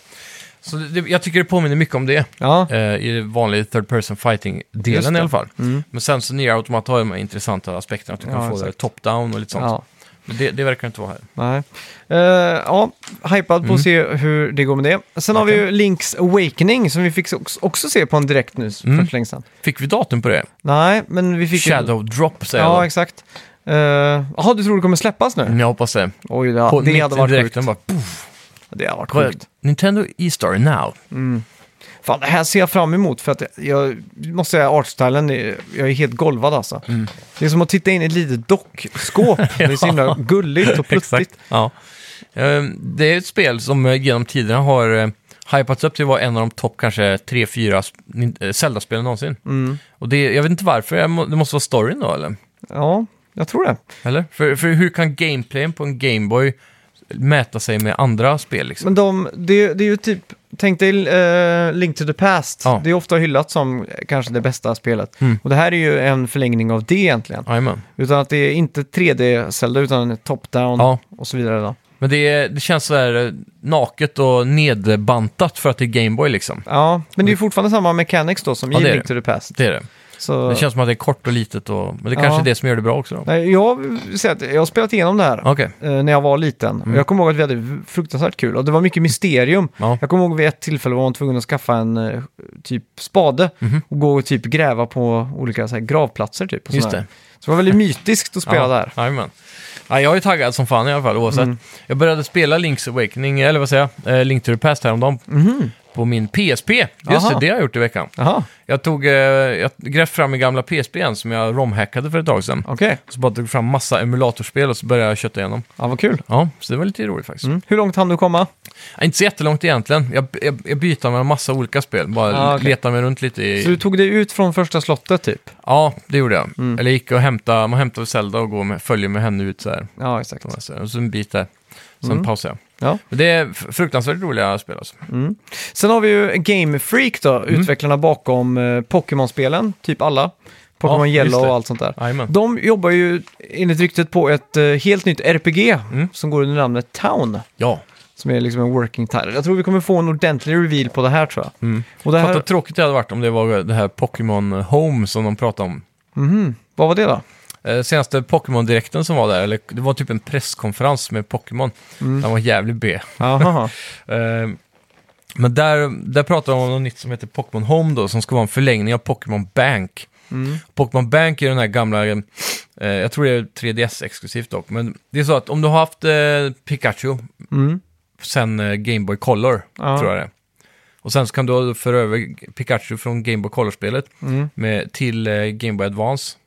Så det, det- jag tycker det påminner mycket om det.
Ja.
eh, I vanlig third person
Just
fighting-delen
det.
i alla fall.
Mm.
Men sen så nya automat har ju de här intressanta aspekterna. Att du kan
Ja,
få
exakt.
top-down och lite sånt.
Ja,
Men det, det verkar inte vara här.
nej. Eh, ja, hypad på att
Mm.
se hur det går med det. Sen har vi ju Link's Awakening som vi fick också, också se på en direkt nu för
Mm.
så länge sedan.
Fick vi datum på det?
Nej, men vi fick ju-
Shadow drop säger
Ja,
jag.
exakt. Eh, Jaha, du tror det kommer släppas nu?
då. Mm, Jag hoppas det.
Oj, det,
På
det hade varit sjukt.
direkten bara, poof,
Det har varit sjukt.
Nintendo E-Star Now.
Fan, det här ser jag fram emot för att jag måste säga artstylen, är- jag är helt golvad alltså.
Mm.
Det är som att titta in i ett litet dockskåp. Det är så himla gulligt och pluttigt.
Ja. Ehm, Det är ett spel som eh, genom tiderna har eh, hypats upp till att vara en av de topp kanske 3-4 sp- Nin- eh, Zelda-spelen någonsin. Och det, jag vet inte varför, jag må- det måste vara storyn då eller?
Ja, jag tror det.
eller? För, för hur kan gameplayen på en Gameboy mäta sig med andra spel liksom?
Men de, det, det är ju typ, tänk dig eh, Link to the Past.
Ja. Mm.
Det är ofta hyllat som kanske det bästa spelet. Och det här är ju en förlängning av det egentligen.
Jajamän.
Utan att det är inte 3D-Zelda utan top-down
Ja.
och så vidare. Då.
Men det, är- det känns så här eh, naket och nedbantat för att det är Gameboy liksom.
Ja, men det är ju fortfarande samma mechanics då som
Ja,
i
det är
Link
det.
to the Past.
Det är det.
Så...
Det känns som att det är kort och litet och... Men det
Ja.
kanske är det som gör det bra också då.
Nej, jag, vill säga att jag har spelat igenom det här.
Okej.
eh, när jag var liten.
Mm.
Och jag kommer ihåg att vi hade fruktansvärt kul och det var mycket mysterium.
Ja.
Jag kommer ihåg vid ett tillfälle var man tvungen att skaffa en eh, typ spade
Mhm.
och gå och typ gräva på olika så här, gravplatser typ. Och
Just
sådär.
det.
Så det var väldigt mytiskt att spela
ja.
där. Mm.
Jajamän. Ja, jag är taggad som fan i alla fall oavsett. Jag började spela Link's Awakening, eller vad säger jag, eh, Link to the Past häromdagen. På min PSP. Just
Mhm. Aha.
det, det har jag gjort i veckan.
Jaha,
Jag tog, eh, jag grävde fram min gamla PSP igen som jag romhackade för ett tag sedan.
okej.
Så bara tog fram massa emulatorspel och så började jag kötta igenom.
Ja, vad kul.
Ja, så det var lite roligt faktiskt.
Mm. Hur långt hann du komma?
Ja, inte så jättelångt egentligen. Jag, jag, jag byter mellan massa olika spel. Bara
Ah, okej.
letar mig runt lite i...
Så du tog dig ut från första slottet typ?
Ja, det gjorde jag.
Mm.
Eller gick och hämtade, man hämtade Zelda och går med, följer med henne ut så här.
Ja, exakt.
Och så- Och så en bit där. Sen
Mm.
pausar jag.
Ja.
Men det är f- fruktansvärt roliga spel alltså.
Sen har vi ju Game Freak då, utvecklarna bakom eh, Pokémon-spelen, typ alla.
Mm. Ja,
Pokémon
just
Yellow
det.
och allt sånt där.
Jajamän.
De jobbar ju enligt ryktet på ett eh, helt nytt RPG
Mm.
som går under namnet Town.
Ja.
Som är liksom en working title. Jag tror vi kommer få en ordentlig reveal på det här tror jag.
Mm.
Och det
Fatta
här,
vad tråkigt det hade varit om det var det här Pokémon Home som de pratade om.
vad var det då?
Eh, senaste Pokémon-direkten som var där, eller det var typ en presskonferens med Pokémon.
Mm.
Den var jävligt B.
Aha.
Eh, men där, där pratar de om något nytt som heter Pokémon Home då, som ska vara en förlängning av Pokémon Bank.
Mm.
Pokémon Bank är den här gamla, eh, jag tror det är 3DS-exklusivt dock, men det är så att om du har haft eh, Pikachu
Mm.
sen eh, Game Boy Color,
Ja.
tror jag det är. Och sen så kan du föra över Pikachu från Game Boy Color-spelet
Mm.
med, till eh, Game Boy Advance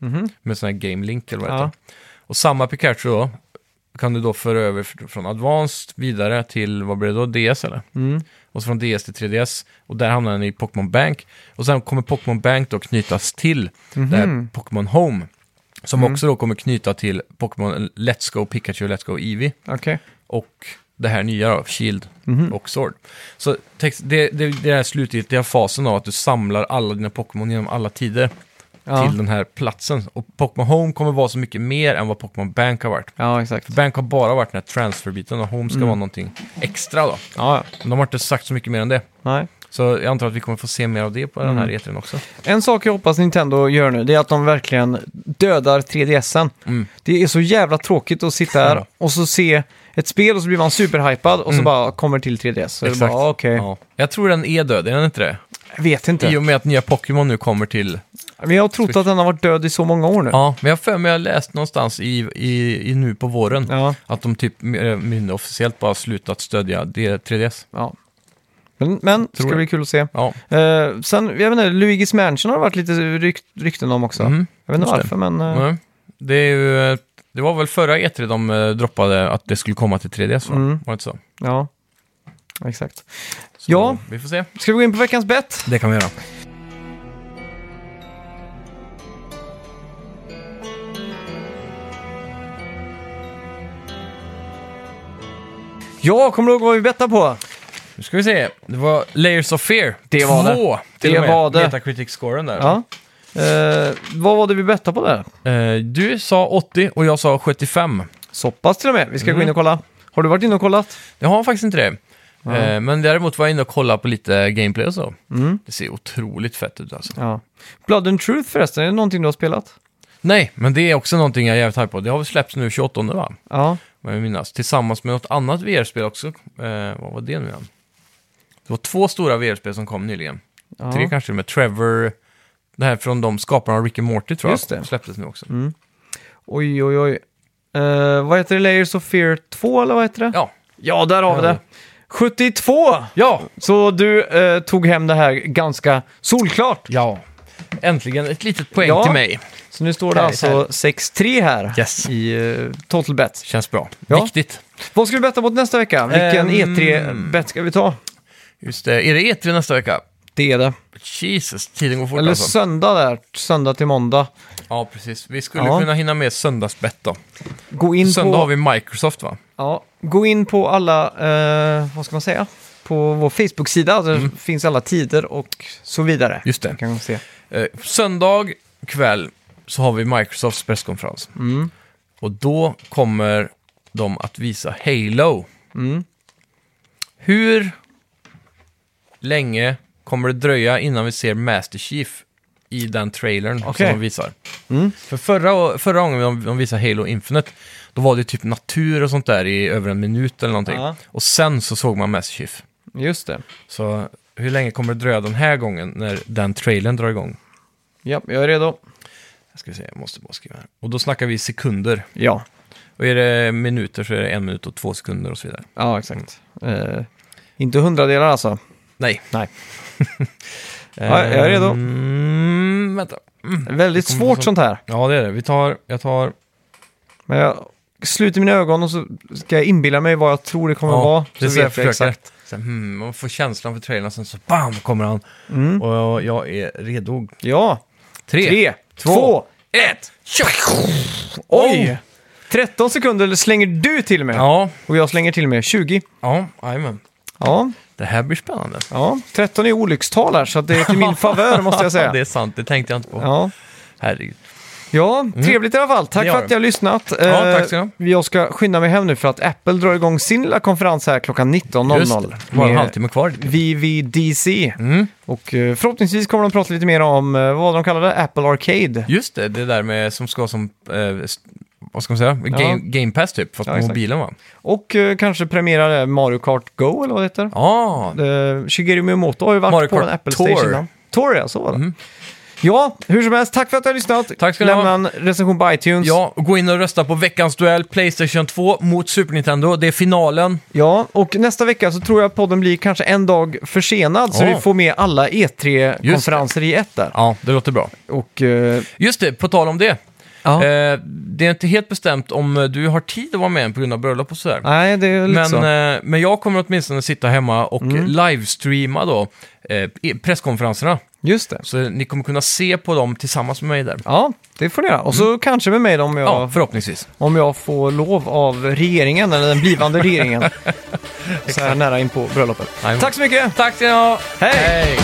med sån här Game Link eller vad det
Ja.
heter. Och samma Pikachu då kan du då föra över f- från Advanced vidare till, vad blir det då, DS eller?
Mm.
Och så från DS till 3DS och där hamnar den i Pokémon Bank. Och sen kommer Pokémon Bank då knytas till
Mm.
det här Pokémon Home. Som också då kommer knyta till Pokémon Let's Go Pikachu och Let's Go Eevee
Okej.
och det här nya då, Shield och Sword. Så text, det, det, det är den slutgiltiga fasen av att du samlar alla dina Pokémon genom alla tider
Ja.
till den här platsen. Och Pokémon Home kommer vara så mycket mer än vad Pokémon Bank har varit.
Ja, exakt.
För Bank har bara varit den här transferbiten och Home ska vara någonting extra då.
Ja, ja.
Men de har inte sagt så mycket mer än det.
Nej.
Så jag antar att vi kommer få se mer av det på den här E3 också.
En sak jag hoppas Nintendo gör nu, det är att de verkligen dödar 3DSen. Det är så jävla tråkigt att sitta här
Mm. Ja. Mm.
och så se ett spel och så blir man superhypad och så bara kommer till 3DS. Så Exakt. Bara, ah, okej.
Ja. Jag tror den är död, är den inte det?
Jag vet
I
inte.
och med att nya Pokémon nu kommer till
Men jag har trott att den har varit död i så många år nu.
Ja, men jag har för mig jag läst någonstans i, i, i nu på våren
Ja.
att de typ eh, mindre officiellt bara slutat stödja D- 3DS.
Ja. Men, men det ska
jag.
bli kul att se.
Ja,
Eh, sen, jag vet inte, Luigi's Mansion har det varit lite rykt, rykten om också.
Mm,
Jag vet inte
just
varför, men... eh,
nej. det, är ju, eh, det var väl förra E3 de eh, droppade att det skulle komma till 3DS, va?
Mm.
Var det inte så?
ja. Exakt.
så?
Ja.
Vi får se.
Ska vi gå in på veckans bett?
Det kan vi göra.
Ja, kommer du ihåg vad vi bettade på?
Nu ska vi se. Det var Layers of Fear.
Det var det.
Två, till
Det
och med.
var det.
Metacritic-scoren där.
Ja. Eh, vad var det vi bettade på där?
Eh, du sa 80 och jag sa 75.
Så pass till och med. Vi ska gå in och kolla. Har du varit inne och kollat?
Jag har faktiskt inte det. Eh, men däremot var jag inne och kollade på lite gameplay och så. Det ser otroligt fett ut alltså.
Mm, Ja. Blood and Truth förresten, är det någonting du har spelat?
Nej, men det är också någonting jag är jävligt hype på. Det har väl släppts nu 28 va?
Ja.
Vad jag minns. Tillsammans med något annat VR-spel också. Eh, vad var det nu igen? Det var två stora VR-spel som kom nyligen.
ja.
Tre kanske med Trevor. Det här från de skaparna av Rick and Morty tror jag.
Just det. Mm.
Släpptes nu också.
Oj, oj, oj. Eh, vad heter det? Layers of Fear 2 eller vad heter det?
Ja,
Ja, där har vi
Ja.
det. 72!
Ja!
Så du eh, tog hem det här ganska solklart.
Ja. Äntligen ett litet poäng
Ja.
till mig.
Så nu står det
Härligt,
alltså 6-3 här
Yes.
i eh, Total Bet.
Känns bra.
Ja.
Viktigt.
Vad ska vi betta mot nästa vecka? Vilken
Ehm.
E3-bet ska vi ta?
Just det. Är det E3 nästa vecka?
Det är det.
Jesus, tiden går fort
Eller
alltså.
söndag där, söndag till måndag.
Ja, precis. Vi skulle
Ja.
kunna hinna med söndagsbett då.
Gå in
Söndag
på...
har vi Microsoft va?
Ja, gå in på alla, eh, vad ska man säga, på vår Facebook-sida. Där finns alla tider och så vidare.
Mm. Just det.
Kan man se.
Eh, söndag kväll så har vi Microsofts presskonferens.
Mm.
Och då kommer de att visa Halo.
Mm.
Hur länge kommer det dröja innan vi ser Master Chief i den trailern
Okej. Mm.
som de visar? För förra, förra gången de, de visade Halo Infinite, då var det typ natur och sånt där i över en minut eller någonting.
Ja.
Och sen så såg man Master Chief.
Just det.
Så hur länge kommer det dröja den här gången när den trailern drar igång?
Ja, jag är redo.
Jag ska se, jag måste bara skriva här. Och då snackar vi sekunder.
Ja,
Och är det minuter så är det en minut och två sekunder och så vidare.
ja exakt. Eh, inte hundradelar alltså.
Nej.
Nej. Ja, jag är redo.
Mm, vänta. Mm.
Väldigt
Det kommer
svårt
så-
sånt här.
Ja, det är det. Vi tar, jag tar...
Men jag sluter mina ögon och så ska jag inbilla mig vad jag tror det kommer
ja,
vara.
det är
Så
så jag
vet jag
försöker.
exakt.
Så, här, hmm, man får känslan för trailern och sen så bam kommer han. Och jag är redo.
Ja,
Tre,
Mm. tre, två,
ett!
oj! 13 sekunder slänger du till mig.
Ja,
Och jag slänger till mig 20.
ja, jajamän.
Ja,
Det här blir spännande.
ja. 13 är olyckstal här, så att det är till min favör måste jag
det
säga.
är sant, det tänkte jag inte på.
Ja.
Herregud.
ja, trevligt i alla fall. Tack
Mm.
för
Det har
att
du.
jag har lyssnat.
Ja,
Eh,
tack ska du ha.
Jag ska skynda mig hem nu för att Apple drar igång sin lilla konferens här klockan 19.00.
Just det, bara en
med-
halvtimme kvar.
VVDC.
Mm.
Och eh, förhoppningsvis kommer de prata lite mer om, eh, vad de kallar det, Apple Arcade.
Just det, det där med som ska som, eh, st- vad ska man säga, game, game pass typ, fast
Ja,
på
exakt.
mobilen va?
Och eh, kanske premiera det Mario Kart Go eller vad det heter.
Ja,
Eh, Shigeru Miyamoto har ju varit
Mario
på
Kart
en Apple
Tour. Mm.
Station. innan. Tour ja, så var det. Ja, hur som helst, tack för att du har lyssnat.
Tack ska ni
Lämna
ha.
en recension på iTunes.
ja, och gå in och rösta på veckans duell, Playstation 2 mot Super Nintendo. Det är finalen.
Ja, och nästa vecka så tror jag att podden blir kanske en dag försenad så
Ja.
vi får med alla E3-konferenser i ett där.
Ja, det låter bra.
Och, eh,
Just det, på tal om det.
ja.
Eh, det är inte helt bestämt om eh, du har tid att vara med på grund av bröllop och sådär.
nej, det är lite
Men,
så.
eh, men jag kommer åtminstone sitta hemma och livestreama då eh, i- presskonferenserna.
Just det.
Så ni kommer kunna se på dem tillsammans med mig där.
Ja, det får ni göra. Och så kanske med mig då, om jag,
Mm. Ja, förhoppningsvis.
om jag får lov av regeringen, eller den blivande regeringen. så här nära in på bröllopet.
Jajamän.
Tack så mycket!
Tack ska ni ha!
Hej!
Hej.